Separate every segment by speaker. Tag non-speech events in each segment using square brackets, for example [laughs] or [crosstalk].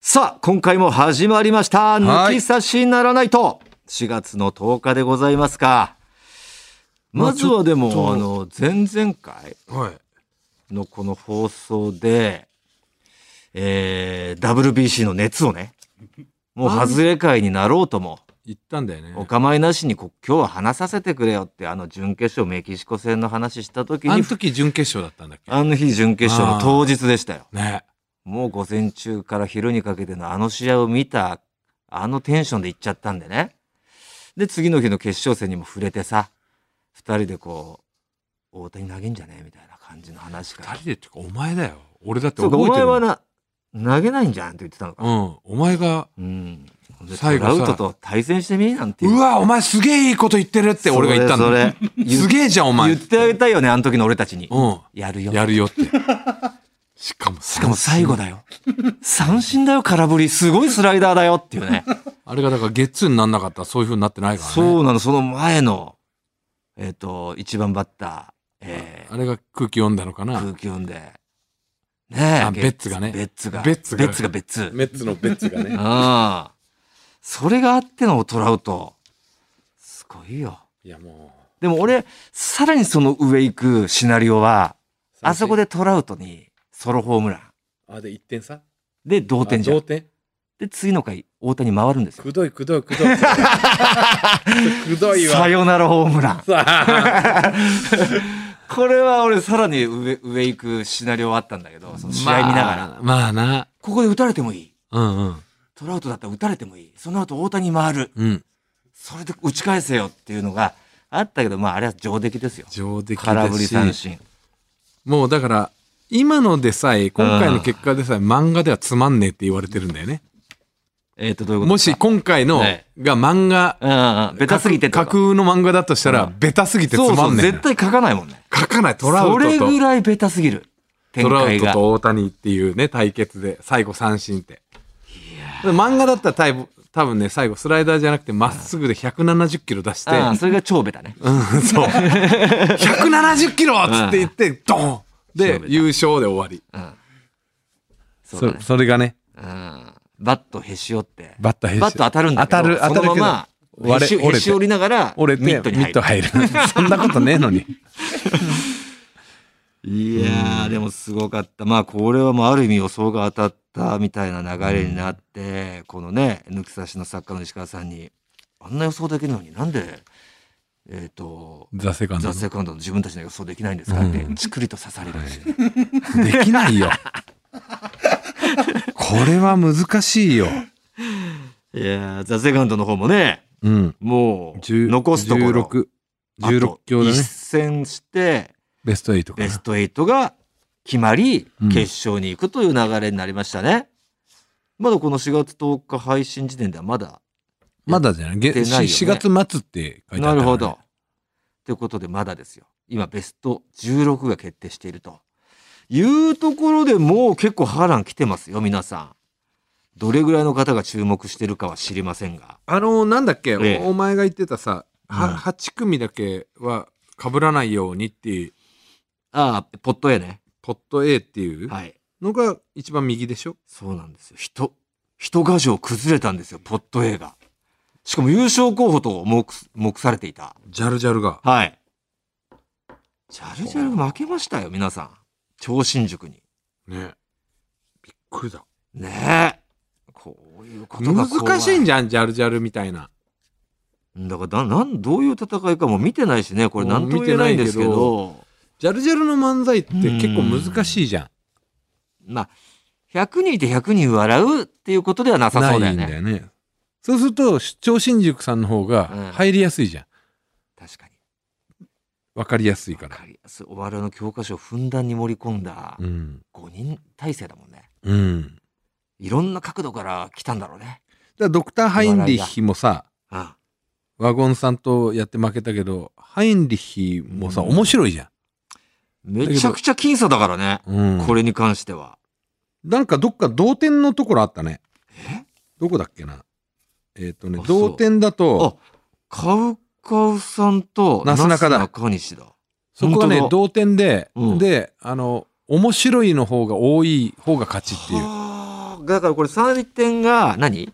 Speaker 1: さあ、今回も始まりました。
Speaker 2: は
Speaker 1: 抜
Speaker 2: い
Speaker 1: き差しならないと。4月の10日でございますか。まずはで
Speaker 2: まあちょっ
Speaker 1: も、
Speaker 2: と
Speaker 1: あの、前々回
Speaker 2: はい。
Speaker 1: のこの放送で、えー、WBC の熱をね、もう外れ会になろうとも、
Speaker 2: 言ったんだよね。
Speaker 1: お構いなしにこ今日は話させてくれよって、あの、準決勝メキシコ戦の話した時
Speaker 2: あ
Speaker 1: に
Speaker 2: の、時準決勝だったんだっけ
Speaker 1: あの日準決勝の当日でしたよ。
Speaker 2: ね。
Speaker 1: もう午前中から昼にかけてのあの試合を見た、あのテンションで行っちゃったんでね。で、次の日の決勝戦にも触れてさ、二人でこう、大谷投げんじゃねえみたいな感じの話か
Speaker 2: 二
Speaker 1: ら。
Speaker 2: 人でっていうか、お前だよ。俺だって
Speaker 1: そうか、
Speaker 2: 覚
Speaker 1: お
Speaker 2: えて
Speaker 1: 前
Speaker 2: るも
Speaker 1: は
Speaker 2: ん。
Speaker 1: な、投げないんじゃんって言ってたのか。
Speaker 2: うん。お前が、
Speaker 1: うん。で
Speaker 2: 最後
Speaker 1: ト
Speaker 2: さ
Speaker 1: ラウトと対戦してみなんて
Speaker 2: う
Speaker 1: 言
Speaker 2: わ、お前すげえいいこと言ってるって俺が言ったん
Speaker 1: そ
Speaker 2: だ
Speaker 1: れ。それ言っ
Speaker 2: すげえじゃん、お前。
Speaker 1: 言ってあげたいよね、あの時の俺たちに。
Speaker 2: う
Speaker 1: やるよ
Speaker 2: ん。。やる
Speaker 1: [laughs]
Speaker 2: よって。しかも、し
Speaker 1: しかも最後だよ。三振だよ、空振り。すごいスライダーだよっていうね。
Speaker 2: あれがだからゲッツーになんなかったらそういう風になってないからね。
Speaker 1: そうなの、その前の、えっ、と、一番バッター、え
Speaker 2: あれが空気読んだのか
Speaker 1: ー
Speaker 2: な。
Speaker 1: 空気読んで、ねえ
Speaker 2: あベッツがね
Speaker 1: ベッツが。
Speaker 2: ベッツが
Speaker 1: ベッツがベッツ。
Speaker 2: メッツのベッツがね。
Speaker 1: ああ。それがあってのトラウト。すごいよ。
Speaker 2: いやも
Speaker 1: でも俺、さらにその上行くシナリオは、
Speaker 2: う。
Speaker 1: あそこ
Speaker 2: で。
Speaker 1: でトラウトにソロホームラン。
Speaker 2: あ、で1点差
Speaker 1: で、同点じゃん。 [laughs]
Speaker 2: 点
Speaker 1: で、次の回、大谷回るんですよ。
Speaker 2: どいくどいくどい。
Speaker 1: [laughs]
Speaker 2: くど
Speaker 1: さよならホームラン。
Speaker 2: さあ。
Speaker 1: これは俺さらに上、上行くシナリオはあったんだけど、その試合見ながら。
Speaker 2: まあ。まあな。
Speaker 1: ここで打たれてもいい。
Speaker 2: うんうん。
Speaker 1: トラウトだったら打たれてもいい。その後大谷回る。
Speaker 2: うん。
Speaker 1: それで打ち返せよっていうのがあったけど、まああれは上出来ですよ。
Speaker 2: 上出来
Speaker 1: 空振り
Speaker 2: だ
Speaker 1: 三
Speaker 2: し。
Speaker 1: 振。
Speaker 2: もうだから、今のでさえ、今回の結果でさえ、漫画ではつまんねえって言われてるんだよね。
Speaker 1: えっ、と、どういうこと
Speaker 2: もし今回の
Speaker 1: ね
Speaker 2: が漫画、
Speaker 1: うんうんうん。ベタすぎてとか
Speaker 2: 架空の漫画だとしたら、ベタすぎてつ
Speaker 1: そう
Speaker 2: ま
Speaker 1: そ
Speaker 2: ん
Speaker 1: う、
Speaker 2: ねえ
Speaker 1: 絶
Speaker 2: な。
Speaker 1: 対書かないもんね。
Speaker 2: 書かない。トラウ
Speaker 1: それ
Speaker 2: ト
Speaker 1: ぐ
Speaker 2: と、
Speaker 1: らいベタすぎる。展
Speaker 2: トラウ
Speaker 1: 開
Speaker 2: ト
Speaker 1: が。
Speaker 2: と大谷っていうね、対決で、最後三振って。漫画だったら多分多分ね、最後スライダーじゃなくて、まっすぐで170キロ出して、
Speaker 1: うん、それが超ベタね。 [laughs]
Speaker 2: うん、そう。170キロっつって言って、ドン
Speaker 1: そう
Speaker 2: で
Speaker 1: だ、
Speaker 2: 優勝で終わり。
Speaker 1: うん。そうだ
Speaker 2: そ
Speaker 1: ね。
Speaker 2: それがね、
Speaker 1: うん。バットへし折って。
Speaker 2: バッター
Speaker 1: バット当たるんだけど、
Speaker 2: 当たる、当た
Speaker 1: そ
Speaker 2: る
Speaker 1: の
Speaker 2: けど
Speaker 1: まま、へ
Speaker 2: 割
Speaker 1: し
Speaker 2: れ折
Speaker 1: へ
Speaker 2: れ
Speaker 1: し折
Speaker 2: て、
Speaker 1: りながら、
Speaker 2: 折れて、
Speaker 1: ミットに入る。
Speaker 2: 入る。 [laughs] そんなことねえのに。
Speaker 1: いやー、でもすごかった。まあ、これはもうある意味予想が当たったみたいな流れになって、このね、抜き差しの作家の石川さんに、あんな予想できるのになんで、えっ、と、
Speaker 2: ザ・セカンド
Speaker 1: ザ・。セカンドの自分たちの予想できないんですかって
Speaker 2: う、
Speaker 1: ちくりと刺されるんですよ。
Speaker 2: できな
Speaker 1: [laughs]
Speaker 2: いよ。これは難しいよ。
Speaker 1: いやー、ザ・セカンドの方もね、
Speaker 2: うん。
Speaker 1: もう、
Speaker 2: 10
Speaker 1: 残すところ、
Speaker 2: 16、16強だ
Speaker 1: あと
Speaker 2: ね
Speaker 1: 一。戦して、
Speaker 2: ベスト8か
Speaker 1: ベス
Speaker 2: な。
Speaker 1: ト8が決まり
Speaker 2: うん、
Speaker 1: 決勝に行くという流れになりましたね。まだこの4月10日配信時点ではまだ
Speaker 2: まだじゃない。げ
Speaker 1: 出ないよね
Speaker 2: し4月末って書いてあ
Speaker 1: な
Speaker 2: ったからね
Speaker 1: るほど。ということで、まだですよ。今、ベスト16が決定していると。いうところでもう結構波乱来てますよ、皆さん。どれぐらいの方が注目してるかは知りませんが。
Speaker 2: あのなんだっけ、
Speaker 1: ええ
Speaker 2: おお前が言ってたさ、は
Speaker 1: うん
Speaker 2: 8組だけは被らないようにっていう
Speaker 1: ああ、ポット A ね。
Speaker 2: ポット A っていう
Speaker 1: はい。
Speaker 2: のが一番右でしょ
Speaker 1: そうなんですよ。人、人画像崩れたんですよ、ポット A が。しかも優勝候補と目す、目されていた。
Speaker 2: ジャルジャルが
Speaker 1: はい。ジャルジャル負けましたよ、皆さん。超新塾に。
Speaker 2: ねびっくりだ
Speaker 1: ねえ。こういうことが怖
Speaker 2: 難しいんじゃんジャルジャルみたいな
Speaker 1: だからだなんどういう戦いかも見てないしねこれ何とも言えないんですけど
Speaker 2: ジャルジャルの漫才って結構難しいじゃん
Speaker 1: まあ100人いて100人笑うっていうことではなさそうだ
Speaker 2: な
Speaker 1: よ
Speaker 2: いん
Speaker 1: ね
Speaker 2: だよねそうすると超新塾さんの方
Speaker 1: うん
Speaker 2: が入りやすいじゃん
Speaker 1: 確かに
Speaker 2: わかりやすいか
Speaker 1: わ
Speaker 2: ら
Speaker 1: かりやすいお笑いの教科書をふんだんに盛り込んだ
Speaker 2: うん
Speaker 1: 5人体制だもんね
Speaker 2: うんだか
Speaker 1: いろんな角度から来たんだろうね
Speaker 2: らドクターハインリッヒもさ
Speaker 1: あ
Speaker 2: ワゴンさんとやって負けたけどハインリッヒもさ
Speaker 1: うん
Speaker 2: 面白いじゃ
Speaker 1: めちゃくちゃ僅差だからね、
Speaker 2: ん、うん、
Speaker 1: これに関しては
Speaker 2: なんかどっか同点のところあったね。どこだっけな。えっ、とね
Speaker 1: あ、そう
Speaker 2: 同点だ
Speaker 1: あ
Speaker 2: と、
Speaker 1: カウカウさんと
Speaker 2: なすなかだ
Speaker 1: なす中西だ
Speaker 2: そこが
Speaker 1: 本
Speaker 2: ね、
Speaker 1: 当
Speaker 2: 同点で、
Speaker 1: うん
Speaker 2: で、あの、面白いの方が多い方が勝ちっていう。
Speaker 1: はあだからこれ3点が何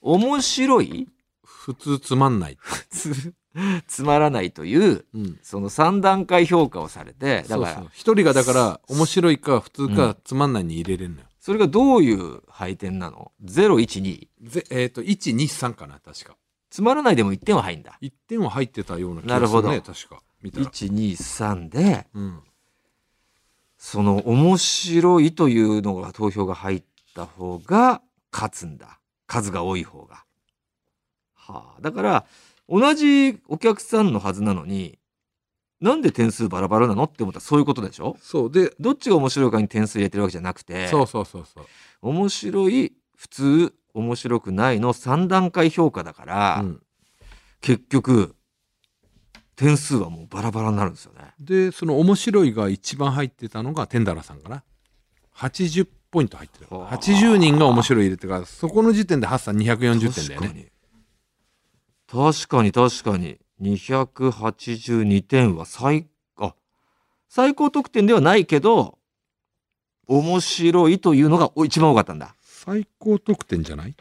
Speaker 1: 面白い
Speaker 2: 普通つまんない。
Speaker 1: つつまらないという
Speaker 2: うん。
Speaker 1: その3段階評価をされてだ
Speaker 2: そう
Speaker 1: から
Speaker 2: そう。一人がだから、面白いか普通
Speaker 1: う
Speaker 2: かつまんないに入れれるのよ。
Speaker 1: それがどういう配点なの ?012
Speaker 2: ぜえっ、と、1、2、3かな、確か。
Speaker 1: つまらないでも1点は入んだ
Speaker 2: 1点は入ってたような気
Speaker 1: なる
Speaker 2: がす
Speaker 1: ほ
Speaker 2: る
Speaker 1: ど
Speaker 2: ね、確か。見たら。
Speaker 1: 123で
Speaker 2: うん。
Speaker 1: その面白いというのが投票が入った方が勝つんだ数が多い方がはあだから同じお客さんのはずなのになんで点数バラバラなのって思ったらそういうことでしょ
Speaker 2: そう。で、
Speaker 1: どっちが面白いかに点数入れてるわけじゃなくて
Speaker 2: そうそうそうそう。
Speaker 1: 面白い普通面白くないの3段階評価だから、
Speaker 2: うん、
Speaker 1: 結局点数はもうバラバラになるんですよね
Speaker 2: で、その面白いが一番入ってたのが、テンダラーさんかな。80ポイント入ってる。
Speaker 1: はあ
Speaker 2: 80人が面白い入れてから、そこの時点でハッサン240点だよね。
Speaker 1: 確かに確かに確かに282点は最あ最高得点ではないけど面白いというのがお一番多かったんだ
Speaker 2: 最高得点じゃない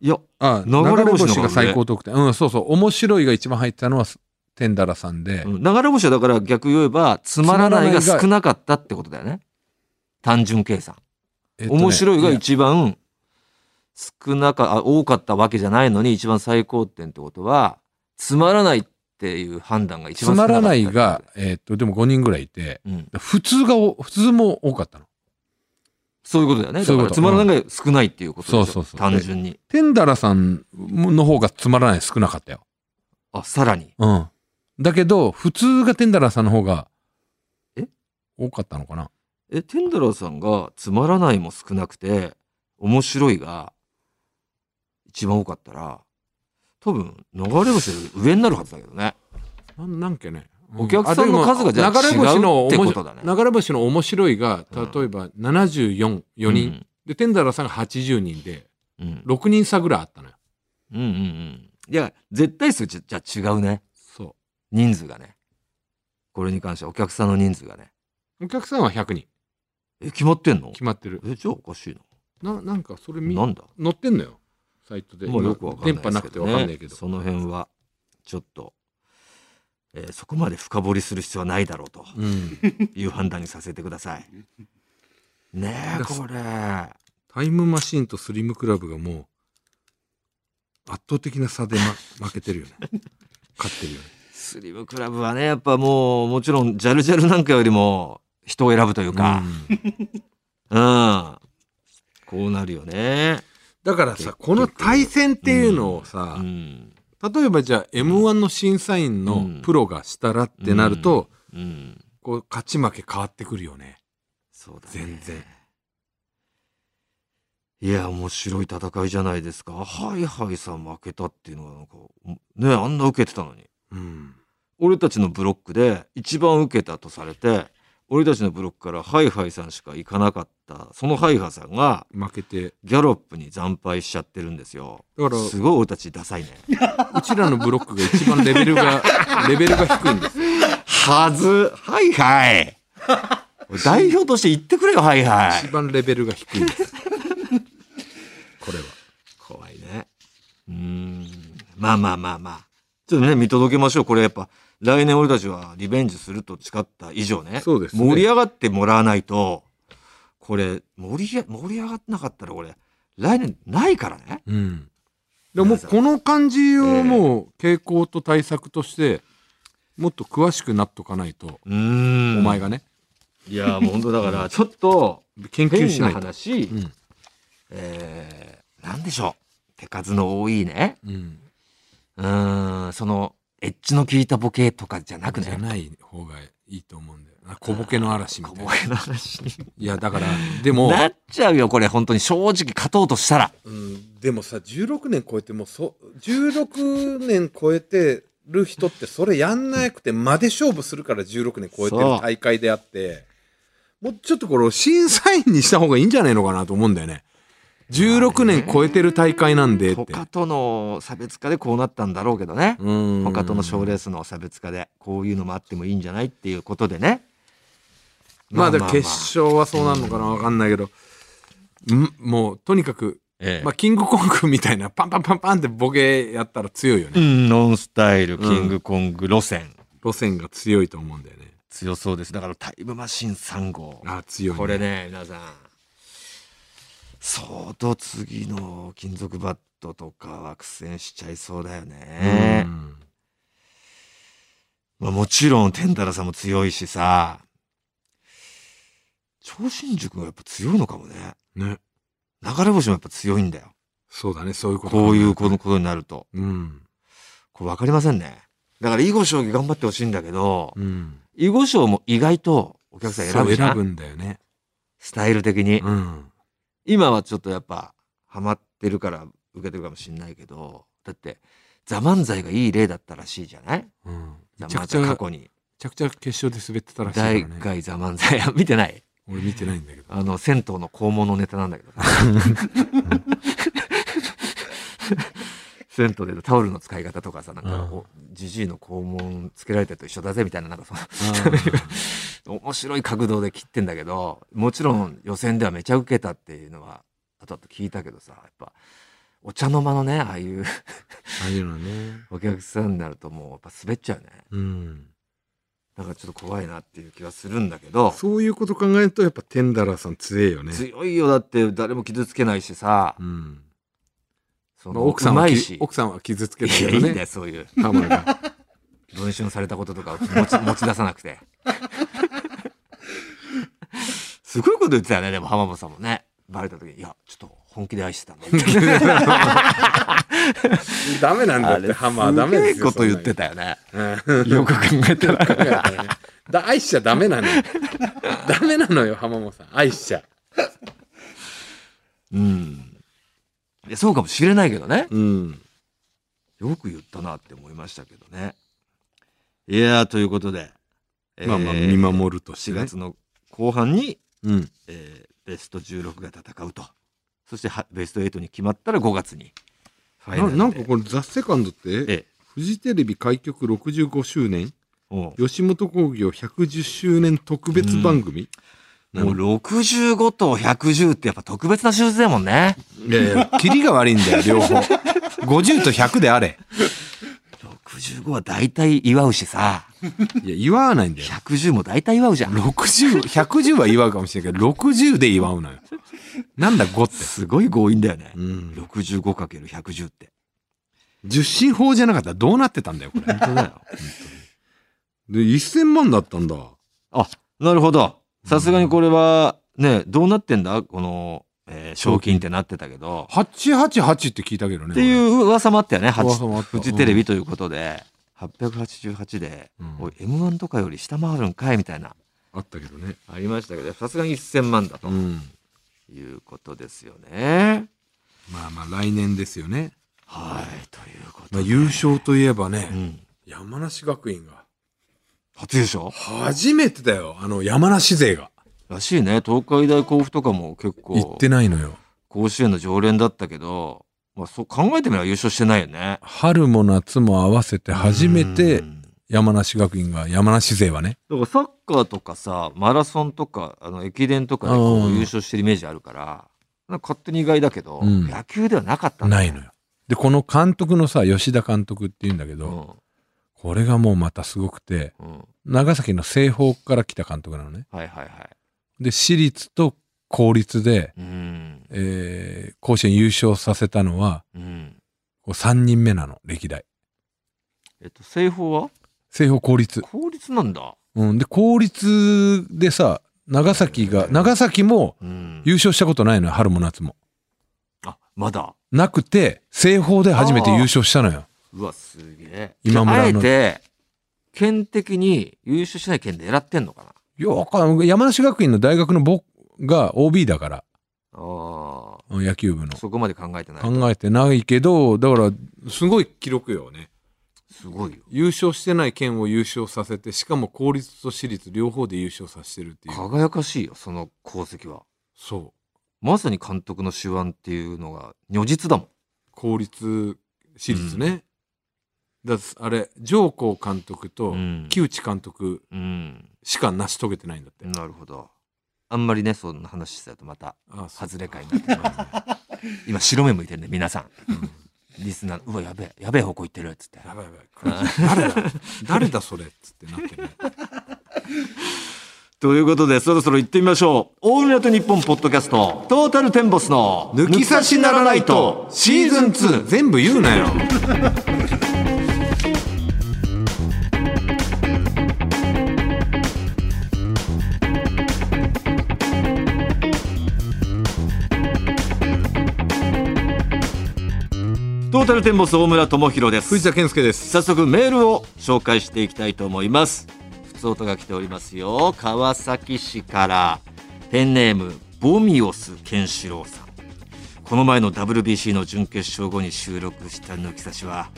Speaker 1: いや
Speaker 2: あ
Speaker 1: 流れ星の
Speaker 2: 流れ星
Speaker 1: 方
Speaker 2: が
Speaker 1: が
Speaker 2: 最高得点。うん、そうそう。面白いが一番入ったのは、テンダラさんで、
Speaker 1: うん流れ星はだから逆言えばつまらないが少なかったってことだよね単純計算、
Speaker 2: えっとね
Speaker 1: 面白いが
Speaker 2: や
Speaker 1: 一番少なかあ多かったわけじゃないのに一番最高点ってことはつまらないっていう判断が一
Speaker 2: つ
Speaker 1: 番少なか
Speaker 2: ま
Speaker 1: った
Speaker 2: ら
Speaker 1: ってこ
Speaker 2: な
Speaker 1: と
Speaker 2: い
Speaker 1: だよね
Speaker 2: が、えっと、でも5人ぐらいいて、
Speaker 1: うん、
Speaker 2: 普通がお、普通も多かったの。
Speaker 1: そういうことだよねだ
Speaker 2: そう
Speaker 1: か
Speaker 2: いう
Speaker 1: ら
Speaker 2: こと
Speaker 1: つまらないが少ないっていうことでしょ、
Speaker 2: そうそうそう
Speaker 1: 単純に
Speaker 2: テンダラさんの方がつまらない少なかったよ。
Speaker 1: あさらに
Speaker 2: うん。だけど、普通がテンダラーさんの方が、
Speaker 1: え
Speaker 2: 多かったのかな
Speaker 1: えテンダラーさんがつまらないも少なくて面白いが一番多かったら多分流れ星より上になるはずだけどね
Speaker 2: なんなんかね。
Speaker 1: お客さんの
Speaker 2: あでも
Speaker 1: 数がじゃあ
Speaker 2: 流れ星の
Speaker 1: 違うって
Speaker 2: 面
Speaker 1: こと
Speaker 2: 白
Speaker 1: だね
Speaker 2: 流れ星の面白いが、例
Speaker 1: うん
Speaker 2: えば74、4人。で、テンダラーさんが80人で、
Speaker 1: うん、うん
Speaker 2: 6人差ぐらいあったのよ。
Speaker 1: うんうんうんいや絶対数じゃじゃあ違うね
Speaker 2: そ
Speaker 1: 人数がねこれに関してはお客さんの人数がね
Speaker 2: う。お客さんは100人。
Speaker 1: え決まってんの
Speaker 2: 決まってる。
Speaker 1: えじゃあおかしい
Speaker 2: な、なんかそれ見、
Speaker 1: なな
Speaker 2: 載
Speaker 1: んだ
Speaker 2: ってんのよ。サイトで。
Speaker 1: もうよくわかんないですけど、ね、
Speaker 2: 電波なくてわかんないけど。
Speaker 1: その辺はちょっと、えーそこまで深掘りする必要はないだろうと
Speaker 2: うん。
Speaker 1: いう判断にさせてください。ねえこれ
Speaker 2: タイムマシンとスリムクラブがもう圧倒的な差で、
Speaker 1: [laughs]
Speaker 2: ま、負けてるよね勝ってるよね
Speaker 1: スリムクラブはねやっぱもうもちろんジャルジャルなんかよりも人を選ぶというか、
Speaker 2: うん
Speaker 1: うんこうなるよね。
Speaker 2: だからさこの対戦っていうのをさ
Speaker 1: う、ん
Speaker 2: 例えばじゃあ m 1の審査員
Speaker 1: う
Speaker 2: の
Speaker 1: ん
Speaker 2: プロがしたらってなると、
Speaker 1: うん、
Speaker 2: こう勝ち負け変わってくるよね
Speaker 1: そうだね
Speaker 2: 全然
Speaker 1: いや面白い戦いじゃないですか。ハイハイさん負けたっていうのはなんかねあんな受けてたのに。
Speaker 2: うん
Speaker 1: 俺たちのブロックで一番受けたとされて俺たちのブロックからハイハイさんしか行かなかったそのハイハイさんが
Speaker 2: 負けて
Speaker 1: ギャロップに惨敗しちゃってるんですよ
Speaker 2: だから
Speaker 1: すごい俺たちダサいね
Speaker 2: うちらのブロックが一番レベルが
Speaker 1: [laughs]
Speaker 2: レベルが低いんですよ
Speaker 1: はずハイハ [laughs] イ代表として言ってくれよハイハ
Speaker 2: 一番レベルが低いんですこれは
Speaker 1: 怖いねうーんまあまあまあまあちょっとね見届けましょうこれやっぱ来年俺たちはリベンジすると誓った以上ね
Speaker 2: そうですね
Speaker 1: 盛り上がってもらわないとこれ盛りや盛り上がってなかったら俺来年ないからね
Speaker 2: うん。でももうこの感じをもう傾向と対策としてもっと詳しくなっとかないと、
Speaker 1: うーん
Speaker 2: お前がね
Speaker 1: いやもう本当だからちょっと
Speaker 2: 研究
Speaker 1: 変
Speaker 2: し
Speaker 1: な
Speaker 2: ないと。
Speaker 1: 話、
Speaker 2: うん
Speaker 1: えー、なんでしょう手数の多いね
Speaker 2: うん、
Speaker 1: うーんそのエッジの効いたボケとかじゃなくね
Speaker 2: じゃない方がいいと思うんだよな小ボケの嵐みたい
Speaker 1: 小ボ
Speaker 2: な
Speaker 1: ケの話に
Speaker 2: いやだから
Speaker 1: [laughs]
Speaker 2: でも、
Speaker 1: なっちゃうよこれ本当に正直勝とうとしたら
Speaker 2: うん、でもさ16年超えてもうそ16年超えてる人ってそれやんなくてまで勝負するから16年超えてる
Speaker 1: そう
Speaker 2: 大会であってもうちょっとこれを審査員にした方がいいんじゃないのかなと思うんだよね16年超えてる大会なんでって
Speaker 1: 他との差別化でこうなったんだろうけどね
Speaker 2: うん
Speaker 1: 他との賞レースの差別化でこういうのもあってもいいんじゃないっていうことでね
Speaker 2: まあだから決勝はそうなるのかなわかんないけどうんもうとにかく、
Speaker 1: ええ
Speaker 2: まあ、キングコングみたいなパンパンパンパンってボケやったら強いよ
Speaker 1: う
Speaker 2: ね、
Speaker 1: ん、ノンスタイル、キングコング路線、
Speaker 2: 路線が強いと思うんだよね
Speaker 1: 強そうです。だからタイムマシン3号。
Speaker 2: あ強い、ね、
Speaker 1: これね、皆さん。相当次の金属バットとかは苦戦しちゃいそうだよね
Speaker 2: う。ん
Speaker 1: まあ、もちろん、天太郎さんも強いしさ。超新塾がやっぱ強いのかもね。
Speaker 2: ね
Speaker 1: 流れ星もやっぱ強いんだよ。
Speaker 2: そうだねそういうこと
Speaker 1: こういうこのことになると。
Speaker 2: うん
Speaker 1: これ分かりませんね。だから囲碁将棋頑張ってほしいんだけど、
Speaker 2: うん
Speaker 1: 囲碁将も意外とお客さん選ぶ
Speaker 2: そう
Speaker 1: じゃ
Speaker 2: 選
Speaker 1: ん
Speaker 2: ぶんだよね
Speaker 1: スタイル的に。
Speaker 2: うん
Speaker 1: 今はちょっとやっぱハマってるから受けてるかもしんないけどだって「ザ漫才がいい例だったらしいじゃない
Speaker 2: うん
Speaker 1: ザ
Speaker 2: めちゃ
Speaker 1: 漫
Speaker 2: くちゃ
Speaker 1: 才過
Speaker 2: め
Speaker 1: 去に
Speaker 2: ちゃくちゃ決勝で滑ってたらしいから
Speaker 1: 第
Speaker 2: ね
Speaker 1: 1回「ザ漫才見てない
Speaker 2: 俺見てないんだけ
Speaker 1: [laughs]
Speaker 2: ど
Speaker 1: あの銭湯の肛門のネタなん
Speaker 2: [laughs]
Speaker 1: だけど銭湯でタオルの使い方とかさなんか
Speaker 2: うん
Speaker 1: おジジイの肛門つけられてると一緒だぜみたいななんかその面白い角度で切ってんだけどもちろん予選ではめちゃウケたっていうのは後々聞いたけどさやっぱお茶の間のねああいう
Speaker 2: ああいうのね
Speaker 1: お客さんになるともうやっぱ滑っちゃうね
Speaker 2: うん
Speaker 1: なんかちょっと怖いなっていう気はするんだけど
Speaker 2: そういうこと考えるとやっぱテンダラーさん強えよね
Speaker 1: 強いよだって誰も傷つけないしさ、
Speaker 2: うん
Speaker 1: そ
Speaker 2: まあ
Speaker 1: の
Speaker 2: 奥さん
Speaker 1: うま
Speaker 2: はいき
Speaker 1: し
Speaker 2: 奥さんは傷つけ
Speaker 1: い
Speaker 2: たけ
Speaker 1: やいい
Speaker 2: ど
Speaker 1: んだよ
Speaker 2: ね
Speaker 1: そういう
Speaker 2: ママが
Speaker 1: 文春されたこととかを持ち [laughs] 持ち出さなくてすごいこと言ってたよねでも浜本さんもねバレた時に「いやちょっと本気で愛してたんだ」
Speaker 2: ダメなんだってハマはダメですよ
Speaker 1: すげえこと言ってたよね。
Speaker 2: そんな
Speaker 1: [laughs]
Speaker 2: の
Speaker 1: よく考えたら。
Speaker 2: だ愛しちゃダメなのよ。ダメなのよ、浜本さん。愛しちゃ。
Speaker 1: うん。いや、そうかもしれないけどね。
Speaker 2: うん。
Speaker 1: よく言ったなって思いましたけどね。いやー、ということで。えー
Speaker 2: まあまあ、見
Speaker 1: 4
Speaker 2: 守るとして、ね。
Speaker 1: 月の後半に、
Speaker 2: うん。
Speaker 1: えーベスト16が戦うと。そしては、ベスト8に決まったら5月に。ファイナ
Speaker 2: な
Speaker 1: ルで
Speaker 2: なんかこれ、ザ・セカンドって、
Speaker 1: ええ
Speaker 2: フジテレビ開局65周年、
Speaker 1: も
Speaker 2: 吉本興業110周年特別番組、
Speaker 1: うもう65と110ってやっぱ特別な手術だもんね。
Speaker 2: いやいや、キリが悪いんだよ、 [laughs] 両方。50と100であれ。
Speaker 1: 65は大体祝うしさ、
Speaker 2: いや、祝わないんだよ。
Speaker 1: 110も大体祝うじゃん。
Speaker 2: 60、110は祝うかもしれないけど、60で祝うのよ。なんだ、5って。
Speaker 1: すごい強引だよね。
Speaker 2: うん。
Speaker 1: 65×110 って。
Speaker 2: 10進法じゃなかったらどうなってたんだよ、これ。
Speaker 1: 本当だよ。
Speaker 2: [laughs] で、1000万だったんだ。
Speaker 1: あ、なるほど。さすがにこれは、ね、どうなってんだこの、えー賞金ってなってたけど。
Speaker 2: 888って聞いたけどね。。
Speaker 1: っていうう噂もあったよね。
Speaker 2: 噂
Speaker 1: 8
Speaker 2: もあった
Speaker 1: フジテレビということで、888で、
Speaker 2: うん
Speaker 1: おい、M1 とかより下回るんかいみたいな。
Speaker 2: あったけどね。
Speaker 1: ありましたけど、さすがに1000万だと
Speaker 2: うん。
Speaker 1: いうことですよね。
Speaker 2: まあまあ来年ですよね。
Speaker 1: はい、ということ
Speaker 2: まあ
Speaker 1: で。
Speaker 2: 優勝といえばね、
Speaker 1: うん。
Speaker 2: 山梨学院が。
Speaker 1: 初優勝
Speaker 2: 初めてだよ、あの山梨勢が。
Speaker 1: らしいね。東海大甲府とかも結構。
Speaker 2: 行ってないのよ。
Speaker 1: 甲子園の常連だったけど、まあ、そう考えてみれば優勝してないよね。
Speaker 2: 春も夏も合わせて初め
Speaker 1: う
Speaker 2: て
Speaker 1: ん
Speaker 2: 山梨学院が、山梨勢はね。
Speaker 1: だからサッカーとかさマラソンとかあの駅伝とかでこ
Speaker 2: う
Speaker 1: うん優勝してるイメージあるからなんか勝手に意外だけど、
Speaker 2: うん
Speaker 1: 野球ではなかったんだ
Speaker 2: ないのよ。で、この監督のさ、吉田監督って言うんだけど、これがもうまたすごくて、
Speaker 1: うんうん、
Speaker 2: 長崎の西方から来た監督なのね。
Speaker 1: はいはいは
Speaker 2: で、私立と公立で、
Speaker 1: い。うん
Speaker 2: えー甲子園優勝させたのは
Speaker 1: うん、
Speaker 2: こう3人目なの歴代
Speaker 1: えっと西方は
Speaker 2: 西方公立、
Speaker 1: 公立なんだ。
Speaker 2: うん、で公立でさ長崎が長崎も
Speaker 1: うん、
Speaker 2: 優勝したことないのよ春も夏も
Speaker 1: あまだ
Speaker 2: なくて西方で初めて優勝したのよ
Speaker 1: うわすげえ。
Speaker 2: 今村の
Speaker 1: あえて県的に優勝しない県で狙ってんのかな
Speaker 2: ようか山梨学院の大学の僕が OB だから
Speaker 1: あー
Speaker 2: うん野球部の
Speaker 1: そこまで考えてない。
Speaker 2: 考えてないけどだからすごい記録よね
Speaker 1: すごいよ。
Speaker 2: 優勝してない県を優勝させてしかも公立と私立両方で優勝させてるっていう
Speaker 1: 輝かしいよその功績は
Speaker 2: そう
Speaker 1: まさに監督の手腕っていうのが如実だもん
Speaker 2: 公立私立ね、だってあれ上皇監督と
Speaker 1: うん
Speaker 2: 木内監督
Speaker 1: うん
Speaker 2: しか成し遂げてないんだって、
Speaker 1: なるほどあんまりね、そんな話してたとまた、
Speaker 2: あそう
Speaker 1: 外れ会になって [laughs] しまう今、白目向いてるね、皆さん。リスナー、うわ、やべえ、やべえ方向行ってるっつって。
Speaker 2: やばいやばいこれ誰だ誰だそれっつってな [laughs] ってね
Speaker 1: ということで、そろそろ行ってみましょう。オールナイトニッポンポッドキャスト、トータルテンボスの、
Speaker 2: 抜き差しならないとシーズン2全部言うなよ
Speaker 1: トータルテンボス大村智弘です。
Speaker 2: [laughs] 藤田健介です
Speaker 1: 早速メールを紹介していきたいと思います普通音が来ておりますよ川崎市からペンネームボミオスケンシロウさんこの前の WBC の準決勝後に収録した抜き差しは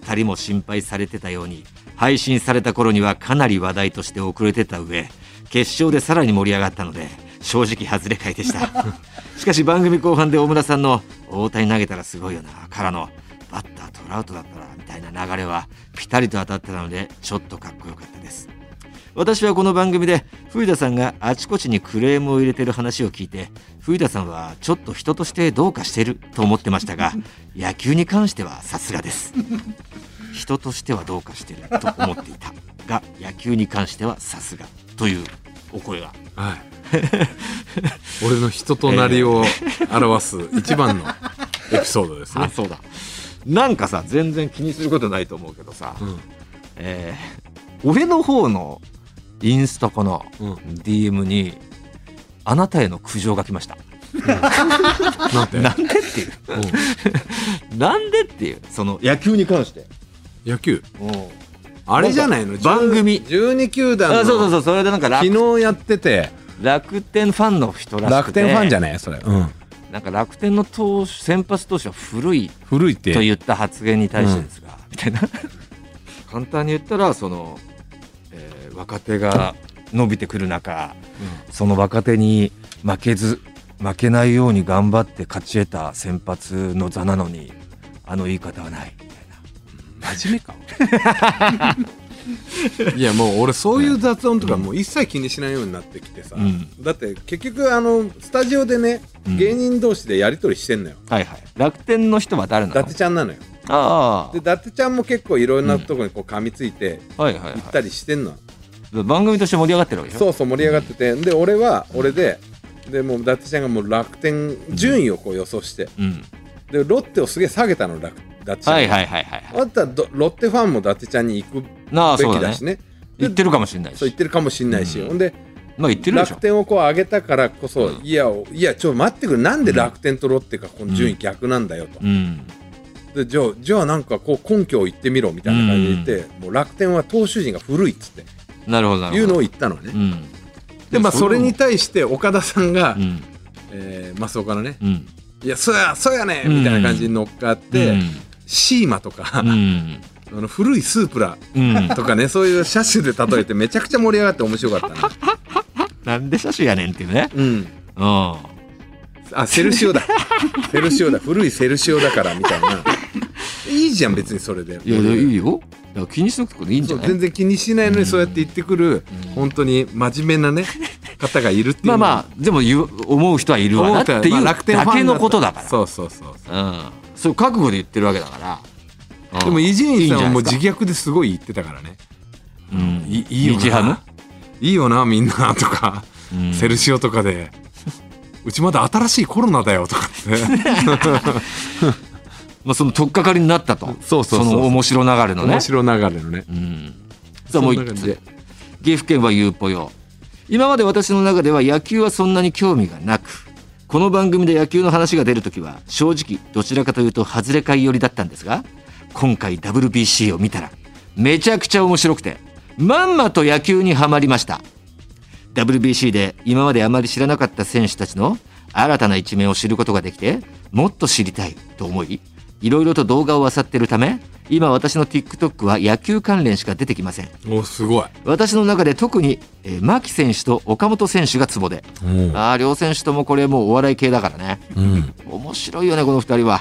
Speaker 1: 2人も心配されてたように配信された頃にはかなり話題として遅れてた上決勝でさらに盛り上がったので正直外れ会でしたしかし番組後半で大村さんの「大谷投げたらすごいよな」からの「バッタートラウトだったら」みたいな流れはピタリと当たってたのでちょっとかっこよかったです私はこの番組で冬田さんがあちこちにクレームを入れてる話を聞いて冬田さんはちょっと人としてどうかしてると思ってました [laughs] が野球に関してはさすがです人としてはどうかしてると思っていたが野球に関してはさすがというお声が
Speaker 2: はい俺の人となりを表す一番のエピソードですね、
Speaker 1: そうだなんかさ全然気にすることないと思うけど [laughs] さ、えー俺の方のインスタかな、
Speaker 2: うん
Speaker 1: DM にあなたへの苦情が来ました
Speaker 2: なんて、
Speaker 1: なんでっていう
Speaker 2: う
Speaker 1: なんでっていうその野球に関して
Speaker 2: ん野球あれじゃないの
Speaker 1: 番組
Speaker 2: 12球団の
Speaker 1: あそうそうそうそれでなんか楽
Speaker 2: 昨日やってて
Speaker 1: 楽天ファンの人らしくて
Speaker 2: 楽天ファンじゃ
Speaker 1: ん
Speaker 2: ないそれ、うん、
Speaker 1: なんか楽天の投手先発投手は古い
Speaker 2: 古いっ
Speaker 1: と
Speaker 2: て
Speaker 1: 言った発言に対してですが、みたいな簡単に言ったらその、えー若手が伸びてくる中その若手に負けず負けないように頑張って勝ち得た先発の座なのにあの言い方はないみたいな
Speaker 2: 真面目かいやもう俺そういう雑音とかもう一切気にしないようになってきてさ、
Speaker 1: うん
Speaker 2: だって結局あのスタジオでね、
Speaker 1: うん
Speaker 2: 芸人同士でやり取りしてんのよ
Speaker 1: はいはい楽天の人は誰
Speaker 2: 伊
Speaker 1: なの
Speaker 2: 達ちゃんなのよ
Speaker 1: あ
Speaker 2: で伊達ちゃんも結構いろんなとこにこう噛みついて
Speaker 1: あはいはい
Speaker 2: 行っ
Speaker 1: は
Speaker 2: たりしてんの、
Speaker 1: い番組として盛り上がってるわけでしょ
Speaker 2: そうそう盛り上がっててで俺は俺ででもう伊達ちゃんがもう楽天順位をこう予想して
Speaker 1: う、ん、
Speaker 2: でロッテをすげえ下げたの楽伊達ちゃんが
Speaker 1: はいはいはいはいは
Speaker 2: あんたどロッテファンも伊達ちゃんに行く
Speaker 1: いなあ
Speaker 2: べ
Speaker 1: そう
Speaker 2: き
Speaker 1: だ
Speaker 2: だ
Speaker 1: ね
Speaker 2: しね
Speaker 1: 言ってるかもしれない
Speaker 2: そう言
Speaker 1: し
Speaker 2: ってるかもしれないし、
Speaker 1: うん
Speaker 2: ほんで
Speaker 1: まあ言ってるでしょ
Speaker 2: 楽天をこう上げたからこそ、
Speaker 1: うん
Speaker 2: いやいやちょっと待ってくれなんで楽天とロッテがこの順位逆なんだよと、
Speaker 1: うん
Speaker 2: でじゃあじゃあなんかこう根拠を言ってみろみたいな感じで言って、もう楽天は投手陣が古いっつって
Speaker 1: なるほどなるほど
Speaker 2: いうのを言ったのね、
Speaker 1: うん
Speaker 2: でまあそれに対して岡田さんが、
Speaker 1: うん
Speaker 2: えー、増岡のね
Speaker 1: うん
Speaker 2: 「いやそうやそうやね!」みたいな感じに乗っかって、
Speaker 1: うん
Speaker 2: シーマとか、
Speaker 1: うん
Speaker 2: あの古いスープラ [laughs]
Speaker 1: うん
Speaker 2: とかねそういう車種で例えてめちゃくちゃ盛り上がって面白
Speaker 1: [laughs]
Speaker 2: かったね、
Speaker 1: なんで車種やねんっていうね
Speaker 2: うん
Speaker 1: うん
Speaker 2: あセルシ
Speaker 1: [laughs]
Speaker 2: オだセルシオだ古いセルシオだからみたいないいじゃん別にそれで
Speaker 1: いやいいよだから気にしなくてもいいんじゃ
Speaker 2: そう
Speaker 1: ない
Speaker 2: 全然気にしないのにそうやって言ってくる、本当に真面目なね方がいるっていう
Speaker 1: まあまあでも言う思う人はいるわなっていうだけのことだから
Speaker 2: そうそうそう
Speaker 1: うんそう覚悟で言ってるわけだからうん
Speaker 2: でも伊集院さんはもう
Speaker 1: いい
Speaker 2: 自
Speaker 1: んじ
Speaker 2: 虐ですごい言ってたからね
Speaker 1: ゃないですかうん
Speaker 2: いいいよ
Speaker 1: 日ハム
Speaker 2: ないいよなみんなとか、
Speaker 1: うん
Speaker 2: セルシオとかでうちまだ新しいコロナだよとか
Speaker 1: [laughs]
Speaker 2: って
Speaker 1: まあその取っかかりになったと
Speaker 2: そうそうそう
Speaker 1: の面白流れのね
Speaker 2: 面白流れのね
Speaker 1: うんさあもう
Speaker 2: そんな
Speaker 1: 一
Speaker 2: 感
Speaker 1: つ
Speaker 2: じで
Speaker 1: 岐阜県はゆうぽよ今まで私の中では野球はそんなに興味がなくこの番組で野球の話が出るときは正直どちらかというと外れ会寄りだったんですが今回 WBC を見たらめちゃくちゃ面白くてまんまと野球にはまりました WBC で今まであまり知らなかった選手たちの新たな一面を知ることができてもっと知りたいと思いいろいろと動画を漁っているため今私の TikTok は野球関連しか出てきません
Speaker 2: おすごい
Speaker 1: 私の中で特に、えー牧選手と岡本選手がツボでああ両選手ともこれもうお笑い系だからね
Speaker 2: うん
Speaker 1: 面白いよねこの2人は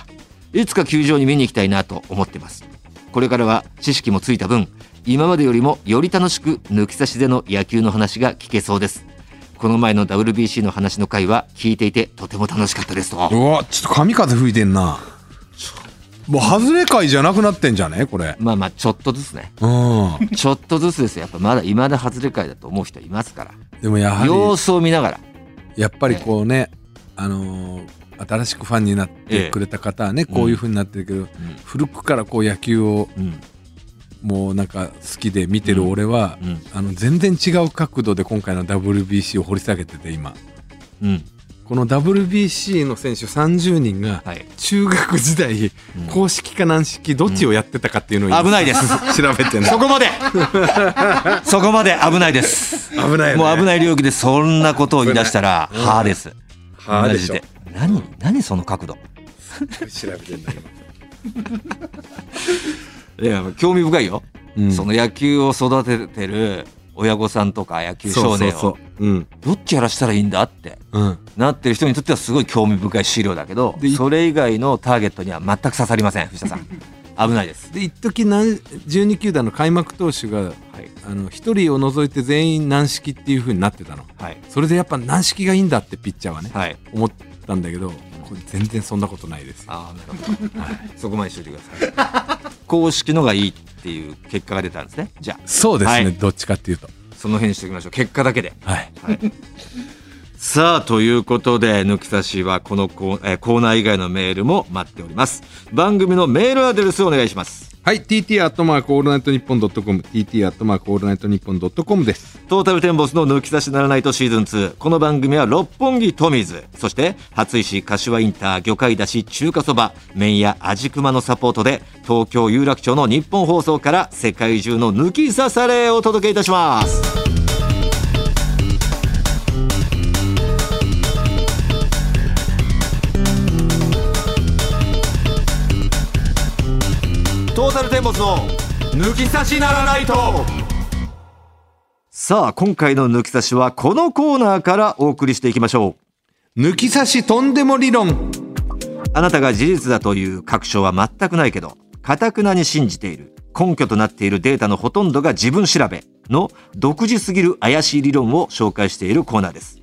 Speaker 1: いつか球場に見に行きたいなと思ってますこれからは知識もついた分今までよりもより楽しく抜き差しでの野球の話が聞けそうですこの前の WBC の話の回は聞いていてとても楽しかったですと。
Speaker 2: うわ、ちょっと神風吹いてんな。もう外れ会じゃなくなってんじゃねこれ。
Speaker 1: まあまあ、ちょっとずつね。
Speaker 2: うん。
Speaker 1: ちょっとずつですよ。やっぱまだ、未だ外れ回だと思う人いますか
Speaker 2: でもや
Speaker 1: ら。
Speaker 2: は
Speaker 1: 様
Speaker 2: り、
Speaker 1: 子を見ながら。
Speaker 2: やっぱりこうね、あのー新しくファンになってくれた方はね、こういう風になってるけど、古くからこう野球を
Speaker 1: うん。
Speaker 2: もうなんか好きで見てる俺は、
Speaker 1: うん。
Speaker 2: あの全然違う角度で今回の WBC を掘り下げてて今
Speaker 1: うん。
Speaker 2: この WBC の選手30人が
Speaker 1: はい。
Speaker 2: 中学時代
Speaker 1: ん
Speaker 2: 公式か軟式どっちをやってたかっていうのを今
Speaker 1: 危ないです
Speaker 2: [laughs] 調べてね
Speaker 1: そこまで [laughs] そこまで危ないです。
Speaker 2: 危ないよね
Speaker 1: もう危ない領域でそんなことを言い出したら、はあです。
Speaker 2: はあでしょ
Speaker 1: マジ何何その角度。
Speaker 2: 調べてんだけど
Speaker 1: いや、興味深いよ。
Speaker 2: うん
Speaker 1: その野球を育ててる親御さんとか野球
Speaker 2: そ
Speaker 1: 少
Speaker 2: うそ
Speaker 1: 年
Speaker 2: うそ
Speaker 1: を
Speaker 2: ううん
Speaker 1: どっちやらしたらいいんだって
Speaker 2: うん
Speaker 1: なってる人にとってはすごい興味深い資料だけどそれ以外のターゲットには全く刺さりません藤田 [laughs] さん危ないです、
Speaker 2: で一時何12球団の開幕投手が
Speaker 1: はい
Speaker 2: あの1人を除いて全員軟式っていう風になってたの
Speaker 1: はい
Speaker 2: それでやっぱ軟式がいいんだってピッチャーはね
Speaker 1: はい
Speaker 2: 思ったんだけどこれ全然そんなことないですよ
Speaker 1: ああなるほど、はい、そこまでしといてください公式のがいいっていう結果が出たんですねじゃあ
Speaker 2: そうですね、
Speaker 1: はい
Speaker 2: どっちかっていうと
Speaker 1: その辺にしておきましょう結果だけで
Speaker 2: はい
Speaker 1: さあということで抜き差しはこのコー,、えーコーナー以外のメールも待っております番組のメールアドレスをお願いします
Speaker 2: はい TT アットマークオールナイトニッポンドットコム TT アットマークオールナイトニッポンドットコムです
Speaker 1: トータルテンボスの抜き差しならないとシーズン2この番組は六本木トミーズそして初石柏インター魚介だし中華そば麺屋味熊のサポートで東京有楽町の日本放送から世界中の抜き差されをお届けいたしますトータルテンボスの抜き差しならないとさあ今回の抜き差しはこのコーナーからお送りしていきましょう
Speaker 2: 抜き差しとんでも理論
Speaker 1: あなたが事実だという確証は全くないけどかたくなに信じている根拠となっているデータのほとんどが自分調べの独自すぎる怪しい理論を紹介しているコーナーです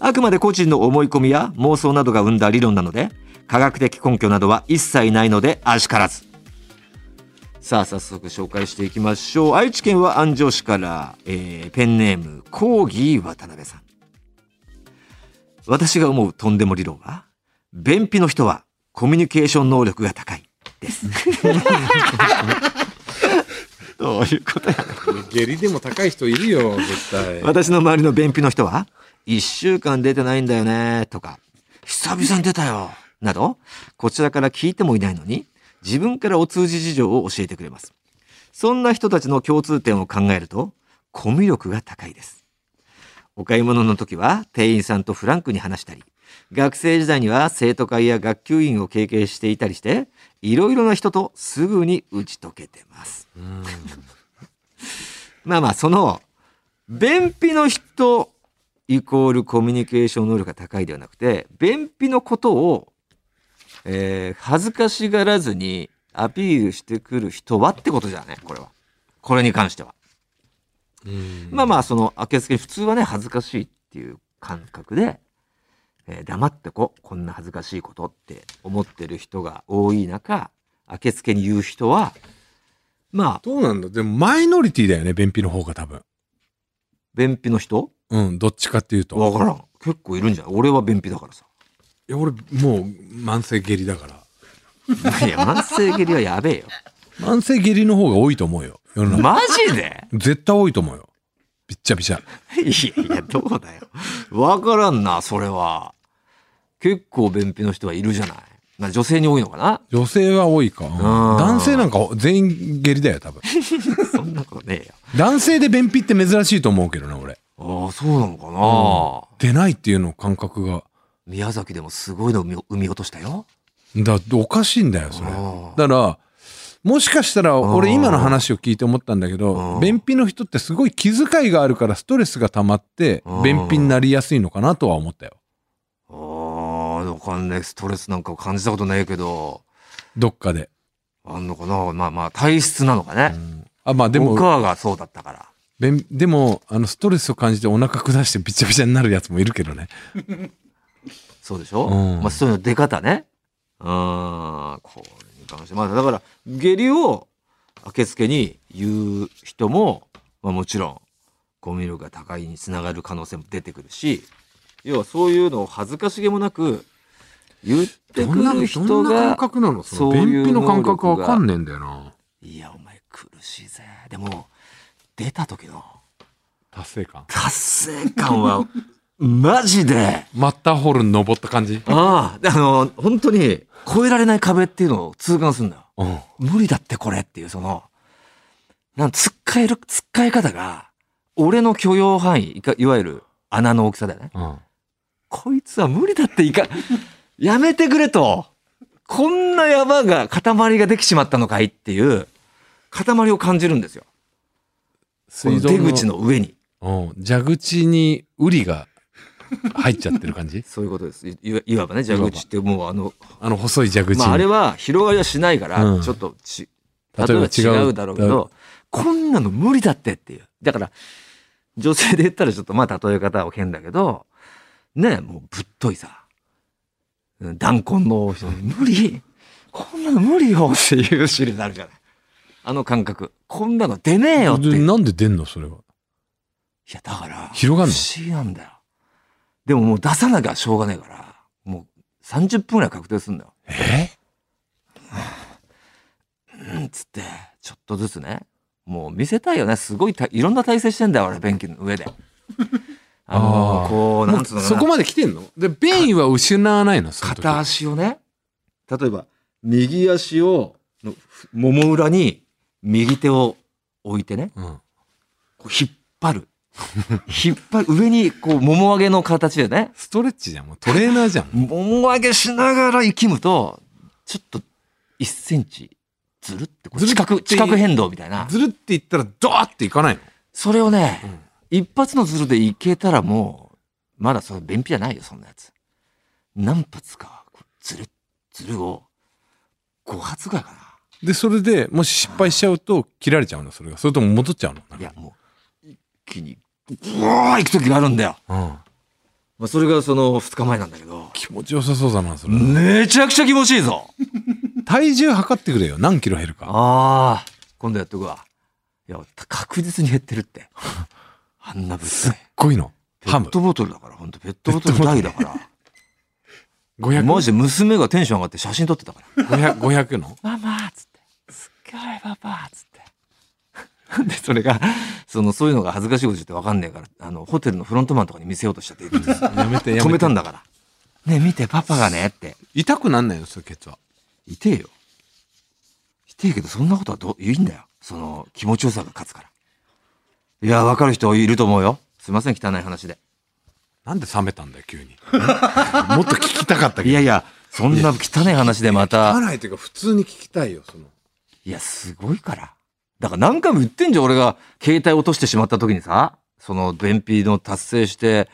Speaker 1: あくまで個人の思い込みや妄想などが生んだ理論なので科学的根拠などは一切ないのであしからずさあ早速紹介していきましょう愛知県は安城市から、えーペンネームコーギー渡辺さん私が思うとんでも理論は便秘の人はコミュニケーション能力が高いです [laughs] どういうことや
Speaker 2: 下痢でも高い人いるよ絶対
Speaker 1: 私の周りの便秘の人は、一週間出てないんだよね、とか、久々に出たよ、など、こちらから聞いてもいないのに、自分からお通じ事情を教えてくれます。そんな人たちの共通点を考えると、コミュ力が高いです。お買い物の時は店員さんとフランクに話したり、学生時代には生徒会や学級委員を経験していたりして、いろいろな人とすぐに打ち解けてます。 [laughs] まあまあ、その、便秘の人イコールコミュニケーション能力が高いではなくて、便秘のことを、えー恥ずかしがらずにアピールしてくる人はってことじゃね、これは。これに関しては。まあまあ、その、明けすけ、普通はね、恥ずかしいっていう感覚で、えー黙ってこ、こんな恥ずかしいことって思ってる人が多い中、明けすけに言う人は、まあ、
Speaker 2: どうなんだでもマイノリティだよね便秘の方が多分
Speaker 1: 便秘の人
Speaker 2: うんどっちかっていうと
Speaker 1: わからん。結構いるんじゃない俺は便秘だからさ。
Speaker 2: いや俺もう慢性下痢だから
Speaker 1: いや、慢性蹴りはやべえよ。
Speaker 2: 慢性下痢の方が多いと思うよ世の中
Speaker 1: マジで
Speaker 2: 絶対多いと思うよびっちゃびちゃ
Speaker 1: いやいや、どうだよ。わからんな、それは。結構便秘の人はいるじゃない。まあ女性に多いのかな
Speaker 2: 女性は多いか、うん男性なんか全員下痢だ
Speaker 1: [laughs]
Speaker 2: よ多分
Speaker 1: そんなことねえよ。
Speaker 2: 男性で便秘って珍しいと思うけどな俺
Speaker 1: ああ、そうなのか
Speaker 2: 出ないっていうの感覚が
Speaker 1: な、宮崎でもすごいの産み産み落としたよ。
Speaker 2: だおかしいんだよそれ
Speaker 1: あ
Speaker 2: だからもしかしたら俺
Speaker 1: うん
Speaker 2: 今の話を聞いて思ったんだけ
Speaker 1: う
Speaker 2: ど
Speaker 1: ん
Speaker 2: 便秘の人ってすごい気遣いがあるからストレスが溜まって
Speaker 1: うん
Speaker 2: 便秘になりやすいのかなとは思ったよ
Speaker 1: あー、わかんない。ストレスなんかを感じたことないけど、
Speaker 2: どっかで、
Speaker 1: あんのかなまあまあ、体質なのかね。
Speaker 2: あまあで
Speaker 1: でも、
Speaker 2: も
Speaker 1: 僕はがそうだったから。
Speaker 2: べんでもあのストレスを感じてお腹下してびちゃびちゃになるやつもいるけどね
Speaker 1: そうでしょ、
Speaker 2: うん
Speaker 1: まあ、そういうの出方ね。うん。これに関して。まあ、だから、下痢を明けつけに言う人も、まあもちろん、コミュ力が高いにつながる可能性も出てくるし、要はそういうのを恥ずかしげもなく言って
Speaker 2: ど
Speaker 1: く
Speaker 2: んな
Speaker 1: る
Speaker 2: ど
Speaker 1: 人
Speaker 2: んな感
Speaker 1: が、
Speaker 2: 覚なのその
Speaker 1: そういう
Speaker 2: 便秘の
Speaker 1: 能
Speaker 2: 感
Speaker 1: 力
Speaker 2: 覚
Speaker 1: が
Speaker 2: わかんねえんだよない
Speaker 1: や、お前苦しいぜ。でも、出た時の
Speaker 2: 達成感
Speaker 1: 達成感は、マジで、
Speaker 2: マッターホルン登った感じ
Speaker 1: ああ、であの、本当に超えられない壁っていうのを痛感するんだよ。
Speaker 2: うん
Speaker 1: 無理だってこれっていうその、なんつっかえる、つっかえ方が、俺の許容範囲、いかいわゆる穴の大きさだよね。
Speaker 2: うん
Speaker 1: こいつは無理だっていか、やめてくれと。こんな山が、塊ができちまったのかいっていう、塊を感じるんですよ。この
Speaker 2: 水道
Speaker 1: 出口の上に。
Speaker 2: うん蛇口にウリが入っちゃってる感じ
Speaker 1: そういうことです。いいわいわばね、蛇口ってもうあの、
Speaker 2: あの細い蛇口に、
Speaker 1: まああれは広がりはしないから、
Speaker 2: うん
Speaker 1: ちょっとち、
Speaker 2: 例えば
Speaker 1: 例えば
Speaker 2: 違
Speaker 1: 違
Speaker 2: う
Speaker 1: うだろうけど、こんなの無理だってっていう。だから、女性で言ったらちょっとまあ例え方は変だけど、ねえもうぶっといさ、うん弾痕の人無理 [laughs] こんなの無理よっていうシリーズあるじゃない。あの感覚。こんなの出ねえよっていう。
Speaker 2: で
Speaker 1: い
Speaker 2: なんで出んのそれは
Speaker 1: や、だから、
Speaker 2: 広がんの
Speaker 1: 不思議なんだよ。でももう出さなきゃしょうがないから、もう30分ぐらい確定するんだよ。
Speaker 2: え
Speaker 1: うんつって、ちょっとずつね、もう見せたいよね。すごいた、いろんな体勢してんだよ、俺、便器の上
Speaker 2: [laughs]
Speaker 1: で。あの
Speaker 2: あー
Speaker 1: こう、なんつうの
Speaker 2: そ
Speaker 1: か
Speaker 2: こ
Speaker 1: な。
Speaker 2: まで来てんので便意は失わないのその時
Speaker 1: 片足をね、例えば、右足を、のふもも裏に、右手を置いてね、
Speaker 2: うん
Speaker 1: こう引っ張
Speaker 2: [laughs]
Speaker 1: る。引っ張る。上に、こう、もも上げの形でね、
Speaker 2: ストレッチじゃんもうトレーナーじゃん
Speaker 1: もも上げしながら生きむと、ちょっと、1センチ、ずるって、こう
Speaker 2: ずるっ
Speaker 1: 地
Speaker 2: て
Speaker 1: 角、地角変動みたいな。
Speaker 2: ずるって言ったらドアっていかないの
Speaker 1: それをね、
Speaker 2: うん
Speaker 1: 一発のズルでいけたらもう、まだその便秘じゃないよ、そんなやつ。何発か、こうズル、ズルを、5発ぐらいか
Speaker 2: でそれでもし失敗しちゃうと切られちゃうのそれがそれとも戻っちゃうの
Speaker 1: な。いや、もう、一気に、ブワー行く時があるんだよ。
Speaker 2: うん、
Speaker 1: まあ、それがその2日前なんだけど、
Speaker 2: 気持ちよさそうだなそれ、
Speaker 1: めちゃくちゃ気持ちいいぞ
Speaker 2: 体重測ってくれよ何キロ減るか
Speaker 1: ああ、今度やっとくわ。いや、確実に減ってるって。あんなぶっ
Speaker 2: す
Speaker 1: つ
Speaker 2: っごいの
Speaker 1: ペ
Speaker 2: ハ
Speaker 1: ッ
Speaker 2: ム
Speaker 1: トボトルだから、ほんとペットボトル大だから。マ
Speaker 2: 500500
Speaker 1: ジで娘がテンション上がって写真撮ってたから。
Speaker 2: 500の
Speaker 1: ママっつって、すっごいパパっつって。 [laughs] で、それが、その、そういうのが恥ずかしいこと言ってわかんねえから、あの、ホテルのフロントマンとかに見せようとしちゃって、 [laughs]
Speaker 2: やめてやめて
Speaker 1: 止めたんだから。ねえ見て、パパがね、って。
Speaker 2: 痛くなんないのそれケツはい
Speaker 1: てえよ。いてえけど、そんなことはどう、いいんだよ。その、気持ちよさが勝つから。いや、わかる人いると思うよ。すいません、汚い話で。
Speaker 2: なんで冷めたんだよ急にもっと聞きたかった
Speaker 1: い
Speaker 2: けど
Speaker 1: やいや、そんな汚い話でまた
Speaker 2: 合わ。ないというか普通に聞きたいよその [laughs]
Speaker 1: いや、すごいから。だから何回も言ってんじゃん、俺が携帯落としてしまった時にさ、その便秘の達成して、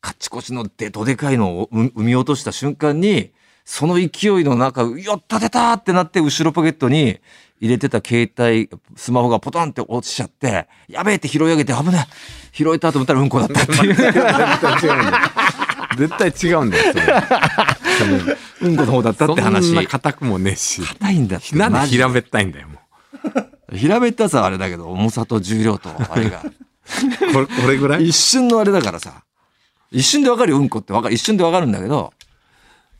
Speaker 1: カッチコチのでどでかいのをう産み落とした瞬間に、その勢いの中、よった出たってなって、後ろポケットに入れてた携帯、スマホがポトンって落ちちゃって、やべえって拾い上げて、危ない拾えたと思ったらうんこだったって [laughs] いう。
Speaker 2: 絶対違うんだよ絶対違うんだよ
Speaker 1: うんこの方だっ
Speaker 2: そ
Speaker 1: た
Speaker 2: れ
Speaker 1: って話。
Speaker 2: そんな硬くもねえし
Speaker 1: 硬いんだって。 [laughs]
Speaker 2: なんで
Speaker 1: マジ
Speaker 2: 平べったいんだよも
Speaker 1: 平べったさはあれだけど、重さと重量と、あ [laughs] れが。
Speaker 2: うこれこれぐらい
Speaker 1: 一瞬のあれだからさ。一瞬でわかるよ、うんこってわかる。一瞬でわかるんだけど、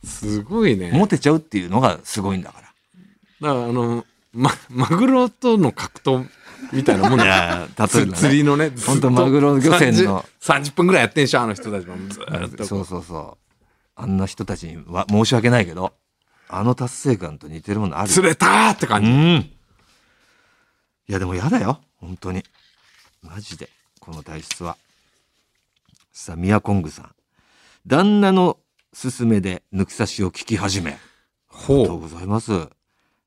Speaker 2: すごいね
Speaker 1: モテちゃうっていうのがすごいんだから。
Speaker 2: だからあの、ま、マグロとの格闘みたいなもんだよ。
Speaker 1: 例えばね
Speaker 2: 釣りのね、
Speaker 1: ほんとマグロ漁船の
Speaker 2: 30。30分ぐらいやってんでしょ、あの人たちも。ずーっと。
Speaker 1: そうそうそう。あんな人たちには申し訳ないけど、あの達成感と似てるものあるよ。
Speaker 2: 釣れたーって感
Speaker 1: う
Speaker 2: じ。
Speaker 1: ん。いや、でもやだよ。本当に。マジで。この体質は。さあ、ミヤコングさん。旦那の勧めで抜き差しを聞き始め。ありがとう
Speaker 2: ほ
Speaker 1: ございます。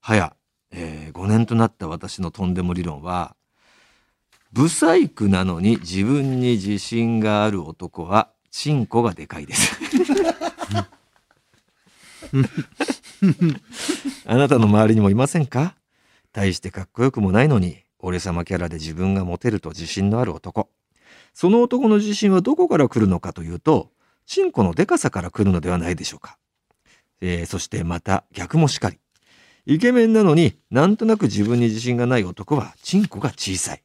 Speaker 1: はや、えー5年となった私のとんでも理論は、不細工なのに自分に自信がある男は、チンコがでかいです。あなたの周りにもいませんか大してかっこよくもないのに、俺様キャラで自分がモテると自信のある男。その男の自信はどこから来るのかというと、チンコのデカさから来るのではないでしょうか。えーそしてまた逆もしかり。イケメンなのになんとなく自分に自信がない男はチンコが小さい。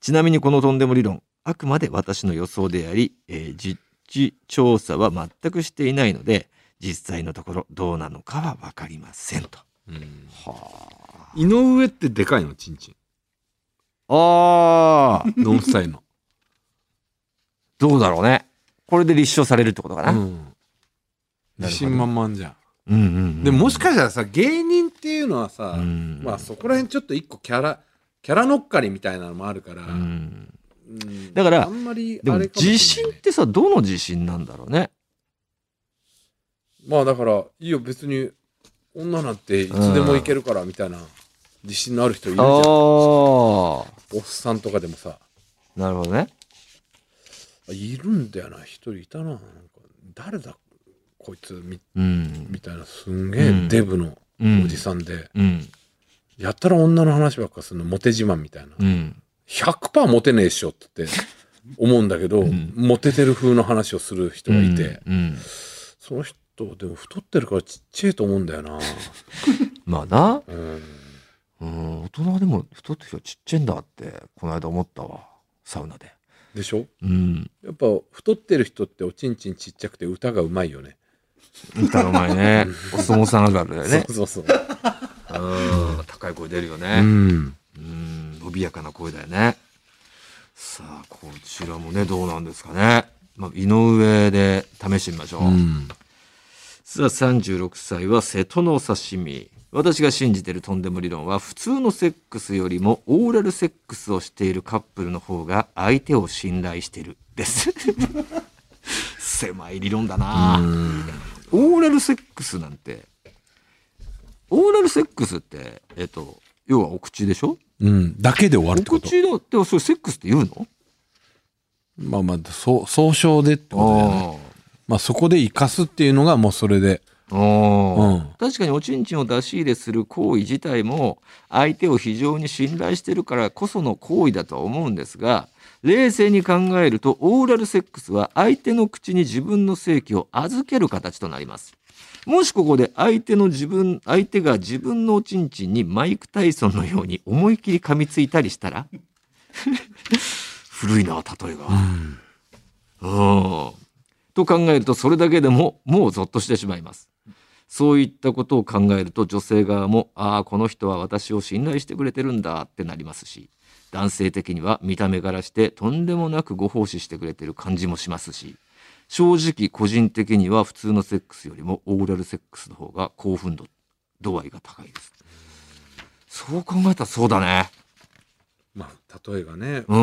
Speaker 1: ちなみにこのとんでも理論、あくまで私の予想であり、えー実地調査は全くしていないので、実際のところどうなのかはわかりませんと。
Speaker 2: うん
Speaker 1: は
Speaker 2: 井上ってでかいのチンチン
Speaker 1: あ。あー
Speaker 2: ノンフサイの、
Speaker 1: どうだろうね。これで立証されるってことかな。
Speaker 2: う
Speaker 1: うん、
Speaker 2: ん、自信満々じゃん
Speaker 1: うん、うん。
Speaker 2: でもしかしたらさ芸人っていうのはさ、
Speaker 1: うん
Speaker 2: まあそこら辺ちょっと一個キャラキャラ乗っかりみたいなのもあるから、
Speaker 1: うん
Speaker 2: うん
Speaker 1: だから
Speaker 2: あんまり
Speaker 1: で
Speaker 2: あ
Speaker 1: も
Speaker 2: れかもしれな
Speaker 1: 自
Speaker 2: い
Speaker 1: 信ってさ、どの自信なんだろうね。
Speaker 2: まあだからいいよ別に女なんていつでもいけるからみたいな自信のある人いるじゃん
Speaker 1: ああ。
Speaker 2: おっさんとかでもさ
Speaker 1: なるほどね。
Speaker 2: いるんだよな一人いたななんか誰だこいつみ
Speaker 1: うん。
Speaker 2: みたいなすんげ
Speaker 1: う
Speaker 2: え
Speaker 1: ん
Speaker 2: デブの
Speaker 1: うん
Speaker 2: おじさんで、
Speaker 1: うん。
Speaker 2: やったら女の話ばっかするのモテ自慢みたいな、
Speaker 1: うん。
Speaker 2: 100%モテねえっしょって思うんだけど、
Speaker 1: ん
Speaker 2: モテてる風の話をする人がいて、
Speaker 1: うん。
Speaker 2: その人でも太ってるからちっちゃいと思うんだよな、
Speaker 1: まあな。
Speaker 2: うん、
Speaker 1: うん。大人でも太ってる人ちっちゃいんだって、この間思ったわ。サウナで。
Speaker 2: でしょ
Speaker 1: うん。
Speaker 2: やっぱ太ってる人っておちんちんちっちゃくて歌がうまいよね
Speaker 1: 歌うまい [laughs] ね。お相撲さんあるあるだよね。
Speaker 2: そうそうそう、
Speaker 1: うん。高い声出るよね。
Speaker 2: うん、
Speaker 1: うん、伸びやかな声だよね。さあ、こちらもね、どうなんですかね。まあ、井上で試してみましょう。
Speaker 2: うん
Speaker 1: さあ、36歳は瀬戸のお刺身。私が信じてるとんでも理論は、普通のセックスよりもオーラルセックスをしているカップルの方が相手を信頼してる。です。 [laughs] 狭い理論だな、オーラルセックスなんて、オーラルセックスって、えっと、要はお口でしょ
Speaker 2: うん、だけで終わるって
Speaker 1: お
Speaker 2: こと
Speaker 1: 口の、でもそれセックスって言うの
Speaker 2: まあまあそう総称でってことだよねまあそこで生かすっていうのがもうそれで
Speaker 1: あー
Speaker 2: うん
Speaker 1: 確かにおちんちんを出し入れする行為自体も相手を非常に信頼してるからこその行為だとは思うんですが冷静に考えるとオーラルセックスは相手の口に自分の性器を預ける形となりますもしここで相手の自分相手が自分のおちんちんにマイク・タイソンのように思い切り噛みついたりしたら古いな例えが。うんと考えるとそれだけでももうゾッとしてしまいます。そういったことを考えると女性側もああこの人は私を信頼してくれてるんだってなりますし男性的には見た目からしてとんでもなくご奉仕してくれてる感じもしますし正直個人的には普通のセックスよりもオーラルセックスの方が興奮度度合いが高いです。そう考えたらそうだね。
Speaker 2: まあ例えがね
Speaker 1: うん。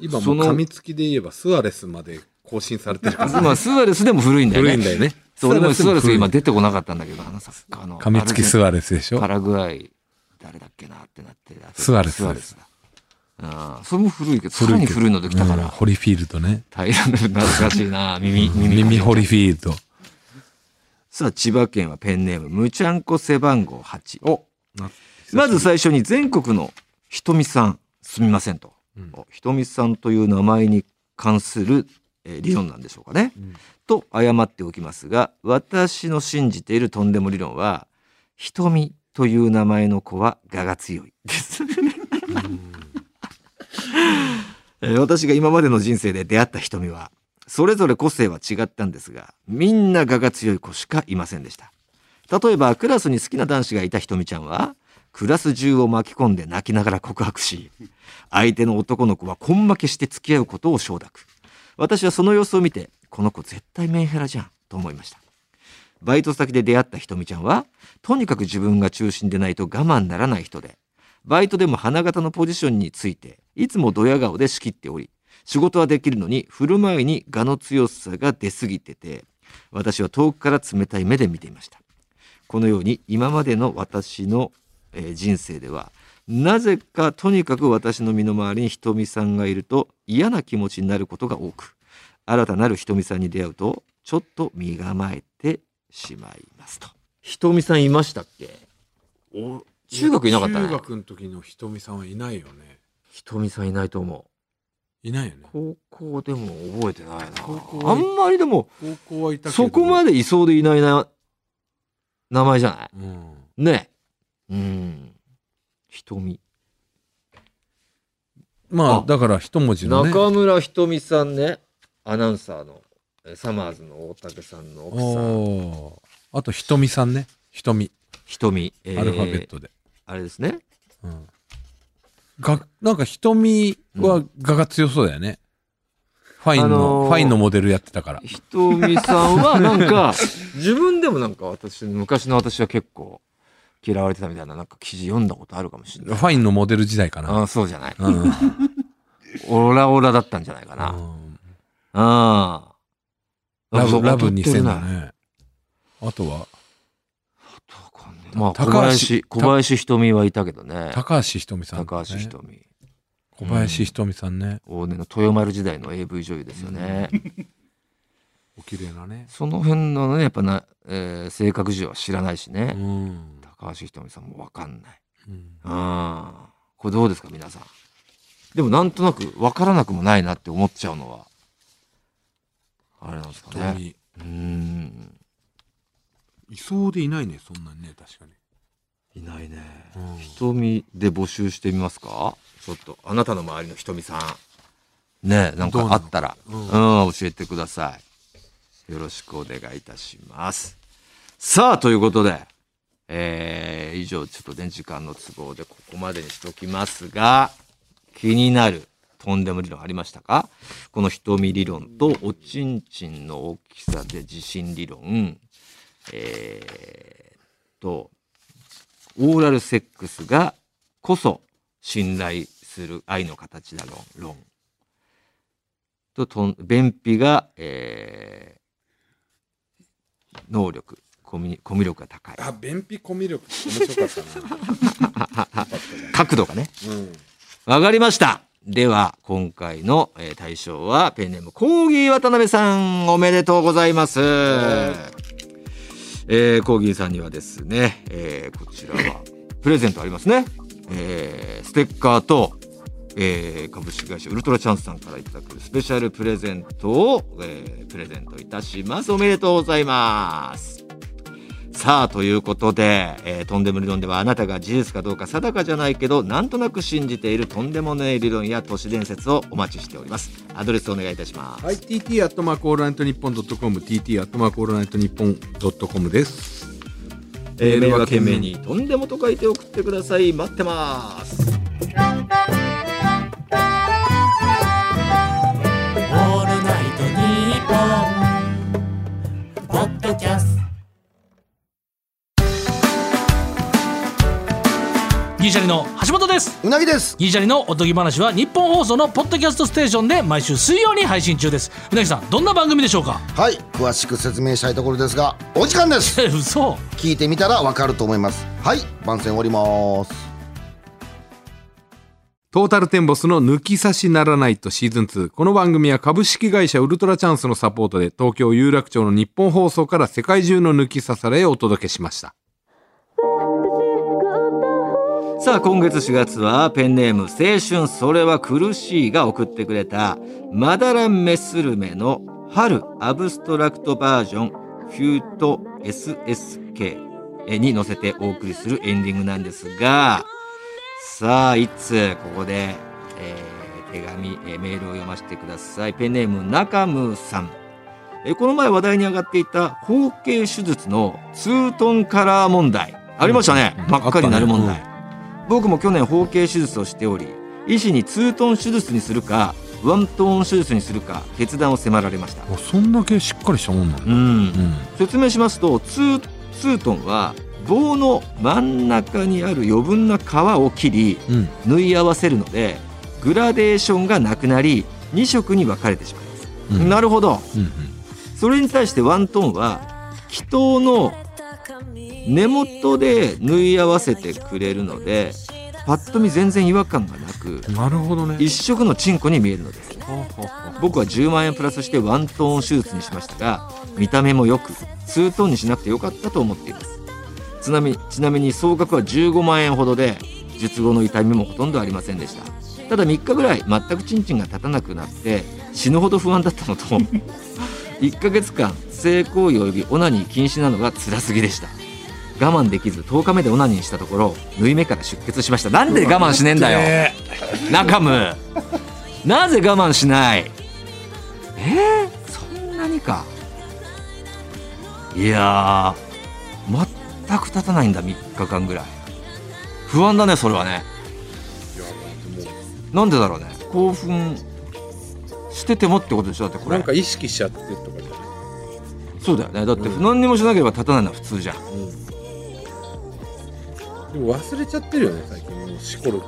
Speaker 2: 今も
Speaker 1: そう
Speaker 2: 噛
Speaker 1: の
Speaker 2: みつきで言えばスアレスまで更新されてるから、
Speaker 1: まあスアレスでも古いんだよね。
Speaker 2: 古いんだよね
Speaker 1: そう、俺もスアレスが今
Speaker 2: 古い
Speaker 1: 出てこなかったんだけど、あのサッカーの。
Speaker 2: 噛みつきスアレスでし
Speaker 1: パ
Speaker 2: ょ
Speaker 1: ラグアイ、誰だっけなってなって。
Speaker 2: スアレスです
Speaker 1: スアレスだ。うん。それも古いけど、さ
Speaker 2: 古
Speaker 1: ら
Speaker 2: い
Speaker 1: に
Speaker 2: けど
Speaker 1: 古いのできたか
Speaker 2: うん
Speaker 1: ら。
Speaker 2: ホリフィールドね
Speaker 1: 大変な懐かしい
Speaker 2: [laughs]
Speaker 1: な。耳、耳。
Speaker 2: 耳ホリフィールド
Speaker 1: さあ、千葉県はペンネーム、むちゃんこ背番号8。おまず最初に全国のひとみさん、すみませんと。
Speaker 2: うん
Speaker 1: おひとみさんという名前に関する、えー理論なんでしょうかね。
Speaker 2: うん
Speaker 1: と謝っておきますが、私の信じているとんでも理論は、ひとみという名前の子は我が強いです。えー私が今までの人生で出会った瞳は、それぞれ個性は違ったんですが、みんな我が強い子しかいませんでした。例えば、クラスに好きな男子がいた瞳ちゃんは、クラス中を巻き込んで泣きながら告白し、相手の男の子は根負けして付き合うことを承諾。私はその様子を見て、この子絶対メンヘラじゃん、と思いました。バイト先で出会ったひとみちゃんは、とにかく自分が中心でないと我慢ならない人で、バイトでも花形のポジションについて、いつもドヤ顔で仕切っており、仕事はできるのに、振る舞いに我の強さが出すぎてて、私は遠くから冷たい目で見ていました。このように、今までの私の、えー人生では、なぜかとにかく私の身の回りにひとみさんがいると嫌な気持ちになることが多く、新たなるひとみさんに出会うと、ちょっと身構えてしまいますと。ひとみさんいましたっけお中学いなかった
Speaker 2: 中
Speaker 1: ね。
Speaker 2: 学の時のひとみさんはいないよね。
Speaker 1: ひとみさんいないと思
Speaker 2: いないよね
Speaker 1: う。。高校でも覚えてない
Speaker 2: 高校
Speaker 1: な。
Speaker 2: は
Speaker 1: あんまりでも、
Speaker 2: 高校はいたけど。
Speaker 1: そこま
Speaker 2: で。
Speaker 1: でいそうでいないな、名前じゃない
Speaker 2: うん。
Speaker 1: ねえ。うん。瞳。
Speaker 2: まあ、
Speaker 1: あ
Speaker 2: だから一文字のね。
Speaker 1: 中村瞳さんね、アナウンサーの、えサマーズの大竹さんの奥さん。
Speaker 2: おーあとひとみさんね。ひとみ。
Speaker 1: 瞳。えー
Speaker 2: アルファベッ。トで。
Speaker 1: あれですね。
Speaker 2: うん。が、なんかひとみは画が強そうだよね。ファインの、
Speaker 1: あのー
Speaker 2: ファインのモデルやってたから。
Speaker 1: ひとみさんはなんか、 [laughs] 自分でもなんか私、昔の私は結構嫌われてたみたいな、なんか記事読んだことあるかもしれ
Speaker 2: フ
Speaker 1: ない。
Speaker 2: ァインのモデル時代かな。
Speaker 1: ああ、そうじゃない。
Speaker 2: うん。うん
Speaker 1: オラオラだったんじゃないかな。ああ。
Speaker 2: ラブ、ラブ
Speaker 1: 似て
Speaker 2: 2000
Speaker 1: る
Speaker 2: だ
Speaker 1: な。
Speaker 2: ね。あとは、
Speaker 1: まあ、
Speaker 2: 高
Speaker 1: 小
Speaker 2: 橋
Speaker 1: 林、小林ひとみはいたけどね。
Speaker 2: 高橋ひとみさん、ね。
Speaker 1: 高橋ひとみ。
Speaker 2: 小林ひとみさんね。
Speaker 1: 往年の豊丸時代の AV 女優ですよね。
Speaker 2: お綺麗なね。
Speaker 1: その辺のね、やっぱな、えー性格上は知らないし
Speaker 2: う
Speaker 1: ね。
Speaker 2: ん。
Speaker 1: 高橋ひとみさんもわかんない。
Speaker 2: うん
Speaker 1: ああ。これどうですか、皆さん。でもなんとなくわからなくもないなって思っちゃうのは、あれなんですか
Speaker 2: ひと
Speaker 1: ね。
Speaker 2: み。
Speaker 1: うーん。
Speaker 2: いそうでいないね、そんなにね、確かに。
Speaker 1: いないね。
Speaker 2: うん
Speaker 1: 瞳で募集してみますかちょっとあなたの周りの瞳さんねえなんかあったらう、
Speaker 2: どうなの
Speaker 1: ん、教えてくださいよろしくお願いいたしますさあということでえー以上ちょっとね時間の都合でここまでにしときますが気になるとんでも理論ありましたかこの瞳理論とおちんちんの大きさで自信理論えーっとオーラルセックスがこそ信頼する愛の形だろう論ととん便秘が、えー能力コミュニコミュ力が高い
Speaker 2: あ、便秘コミュ力って面白かったな。
Speaker 1: 角度がね
Speaker 2: [laughs] うん。
Speaker 1: わかりましたでは今回の、えー対象はペンネームコーギー渡辺さんおめでとうございます、えー、コーギーさんにはですね、えーこちらはプレゼントありますね、えーステッカーと、えー株式会社ウルトラチャンスさんからいただくスペシャルプレゼントを、えープレゼントいたしますおめでとうございますさあということで、えーとんでも理論ではあなたが事実かどうか定かじゃないけどなんとなく信じているとんでもない理論や都市伝説をお待ちしておりますアドレスお願いいたします、
Speaker 2: はい、TT アットマークオールナイトニッポンドットコム、TT アットマークオールナイトニッポンドットコムです。
Speaker 1: えー、メールは懸命にとんでもと書いて送ってください待ってます
Speaker 3: オールナイトニッポン」ポッドキャスト
Speaker 4: ギリシャリの橋本です
Speaker 5: うなぎです
Speaker 4: ギリシャリのおとぎ話は日本放送のポッドキャストステーションで毎週水曜に配信中ですうなぎさんどんな番組でしょうか
Speaker 5: はい詳しく説明したいところですがお時間です
Speaker 4: え嘘
Speaker 5: 聞いてみたらわかると思いますはい番宣終わります
Speaker 2: トータルテンボスの抜き差しならないとシーズン2。この番組は株式会社ウルトラチャンスのサポートで東京有楽町の日本放送から世界中の抜き差されをお届けしました。
Speaker 1: さあ今月4月はペンネーム「青春それは苦しい」が送ってくれたマダランメスルメの春アブストラクトバージョン「フュート SSK」に乗せてお送りするエンディングなんですがさあいつここで、えー手紙、えーメールを読ませてくださいペンネーム中ムーさんえーこの前話題に上がっていた包茎手術のツートンカラー問題ありましたね、
Speaker 2: うん
Speaker 1: 真っ赤になる問
Speaker 2: あ
Speaker 1: 題、
Speaker 2: った
Speaker 1: 僕も去年包茎手術をしており医師にツートン手術にするかワントーン手術にするか決断を迫られました
Speaker 2: あそんだけしっかりしたもんなんだ。
Speaker 1: うん
Speaker 2: うん。
Speaker 1: 説明しますとツーツートンは棒の真ん中にある余分な皮を切り
Speaker 2: うん。
Speaker 1: 縫い合わせるのでグラデーションがなくなり2色に分かれてしまいます、
Speaker 2: うん
Speaker 1: なるほど
Speaker 2: うん。
Speaker 1: それに対してワントーンは気筒の根元で縫い合わせてくれるのでパッと見全然違和感がなく
Speaker 2: うんなるほどね。
Speaker 1: 一色のチンコに見えるのです
Speaker 2: ほうほうほう
Speaker 1: 僕は10万円プラスしてワントーン手術にしましたが見た目も良くツートーンにしなくてよかったと思っていますちなみにちなみに総額は15万円ほどで術後の痛みもほとんどありませんでしたただ3日ぐらい全くチンチンが立たなくなって死ぬほど不安だったのと1ヶ月間性行為及びオナニー禁止なのが辛すぎでした我慢できず10日目でオナニーしたところ縫い目から出血しましたなんで我慢しねえんだよ中むなぜ我慢しないえー、そんなにかいやー全く立たないんだ3日間ぐらい不安だねそれはねなんでだろうね興奮しててもってことでしょだってこれ
Speaker 6: なんか意識しちゃってとかじゃない
Speaker 1: そうだよねだって何にもしなければ立たないのは普通じゃん
Speaker 6: でも忘れちゃってるよね最近もうしこる、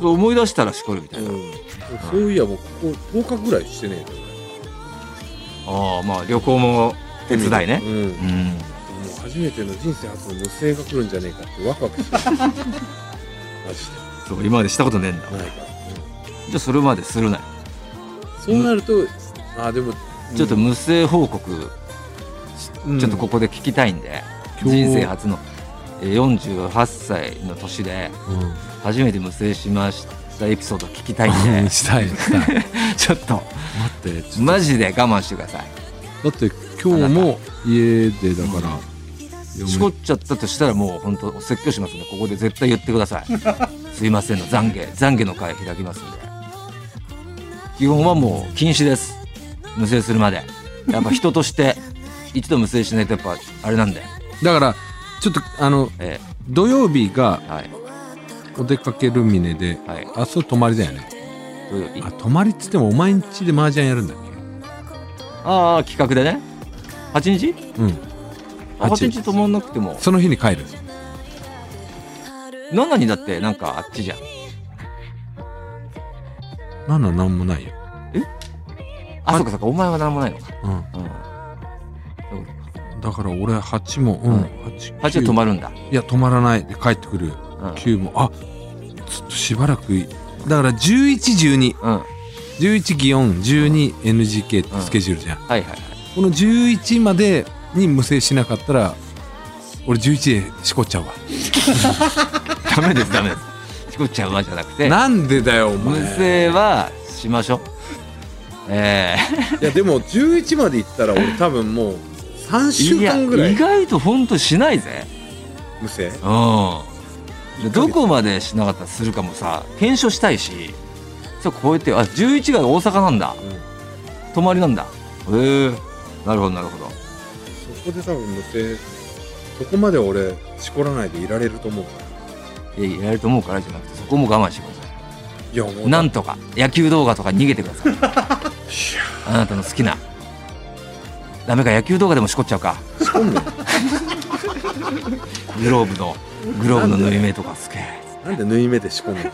Speaker 1: そう思い出したらしこるみたいな、
Speaker 6: そういやもうここ10日ぐらいしてね
Speaker 1: ああまあ旅行も手伝い
Speaker 6: え
Speaker 1: ね
Speaker 6: うん
Speaker 1: う、ん
Speaker 6: もう初めての人生初の無声が来るんじゃねえかってワクワクしてるマジ
Speaker 1: そう今までしたことねえんだ
Speaker 6: でないから、
Speaker 1: じゃあそれまでするなよ
Speaker 6: うんそうなると、ああでも
Speaker 1: ちょっと
Speaker 6: うん
Speaker 1: 無声報告ちょっとここで聞きたいんで、人生初のえー48歳の年で初めて無声しましたエピソード聞きたいんで
Speaker 2: したいしたい
Speaker 1: [laughs] ちょっと
Speaker 2: 待ってちょ
Speaker 1: マジで我慢してください
Speaker 2: だって今日も家でだから
Speaker 1: しこっちゃったとしたらもう本当説教しますんでここで絶対言ってくだ
Speaker 2: [laughs]
Speaker 1: さいすいませんの懺悔懺悔の会開きますんで基本はもう禁止です無制するまでやっぱ人として一度無制しないとやっぱあれなんで
Speaker 2: だからちょっとあの
Speaker 1: え
Speaker 2: 土曜日が
Speaker 1: えはい
Speaker 2: お出かけルミネで、
Speaker 1: はい
Speaker 2: あそう泊まりだよね
Speaker 1: 土曜日
Speaker 2: あ泊まりっつってもお前ん家で麻雀やるんだっ
Speaker 1: ああ企画でね8日
Speaker 2: けうん
Speaker 1: あ
Speaker 2: 8
Speaker 1: 8日泊まんなくても
Speaker 2: その日に帰る
Speaker 1: ななにだってなんかあっちじゃん
Speaker 2: なんなんなんもないよ、
Speaker 1: あそっかそっかお前は何もないのか
Speaker 2: うん、
Speaker 1: うん
Speaker 2: だから俺8もうん、
Speaker 1: うん
Speaker 2: 8
Speaker 1: 8は泊まるんだ
Speaker 2: いや止まらないで帰ってくる
Speaker 1: うん
Speaker 2: 9もあちょっとしばらくいだから111211
Speaker 1: うんはい
Speaker 2: 祇園 12NGK ってスケジュールじゃん、
Speaker 1: はいはい
Speaker 2: この11までに無制しなかったら俺11でしこっちゃうわ
Speaker 1: ダメですダメですしこっちゃうわじゃなくて
Speaker 2: なんでだよお
Speaker 1: 無
Speaker 2: 前
Speaker 1: 声はしましょう。え
Speaker 6: [laughs] いやでも11まで行ったら俺多分もう3
Speaker 1: え
Speaker 6: 週
Speaker 1: いや
Speaker 6: 間ぐらい
Speaker 1: 意外と本当しないぜ。
Speaker 6: 無声
Speaker 1: うん。でどこまでしなかったらするかもさ検証したいし、そう超えてあ11が大阪なんだ。泊まりなんだ。へえなるほどなるほど。
Speaker 6: そこで多分無声そこまで俺しこらないでいられると思う
Speaker 1: いややれると思うからじゃなくてそこも我慢してくださ
Speaker 6: いやもう
Speaker 1: い。なんとか野球動画とか逃げてください。あなたの好きな。ダメか野球動画でもしこっちゃうか。
Speaker 6: しこんねん
Speaker 1: グローブのグローブの縫い目とかすげえ。
Speaker 6: なんで縫い目でしこんねん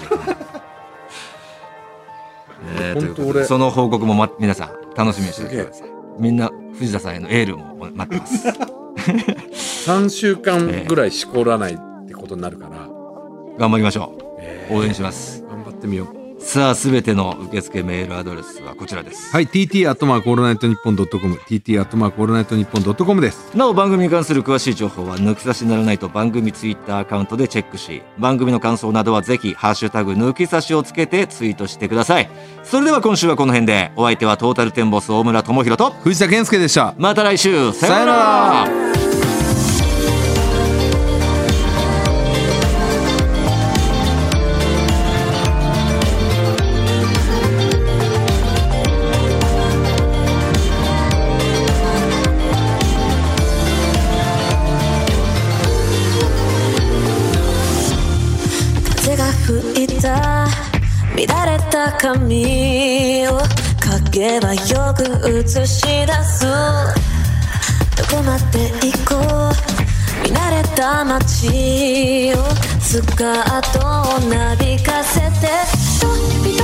Speaker 6: 本
Speaker 1: えー
Speaker 6: 当
Speaker 1: ということで
Speaker 6: 俺
Speaker 1: その報告も、ま、皆さん楽しみにしておいてくだ
Speaker 6: す
Speaker 1: さいみんな藤田さんへのエールもお待ってます
Speaker 6: 3週間ぐらいしこらないってことになるから、
Speaker 1: 頑張りましょ
Speaker 6: え
Speaker 1: う応援します
Speaker 2: 頑張ってみよう
Speaker 1: さあすべての受付メールアドレスはこちらです、
Speaker 2: はい TT アットマークオールナイトニッポンドットコム TT アットマークオールナイトニッポンドットコムです
Speaker 1: なお番組に関する詳しい情報は抜き差しならないと番組ツイッターアカウントでチェックし番組の感想などはぜひハッシュタグ抜き差しをつけてツイートしてくださいそれでは今週はこの辺でお相手はトータルテンボス大村智広と
Speaker 2: 藤田健介でした
Speaker 1: また来週さような
Speaker 2: さよう
Speaker 1: ら
Speaker 7: 風が吹いた乱れた髪を影はよく映し出すどこまで行こう見慣れた街をスカートをなびかせて飛び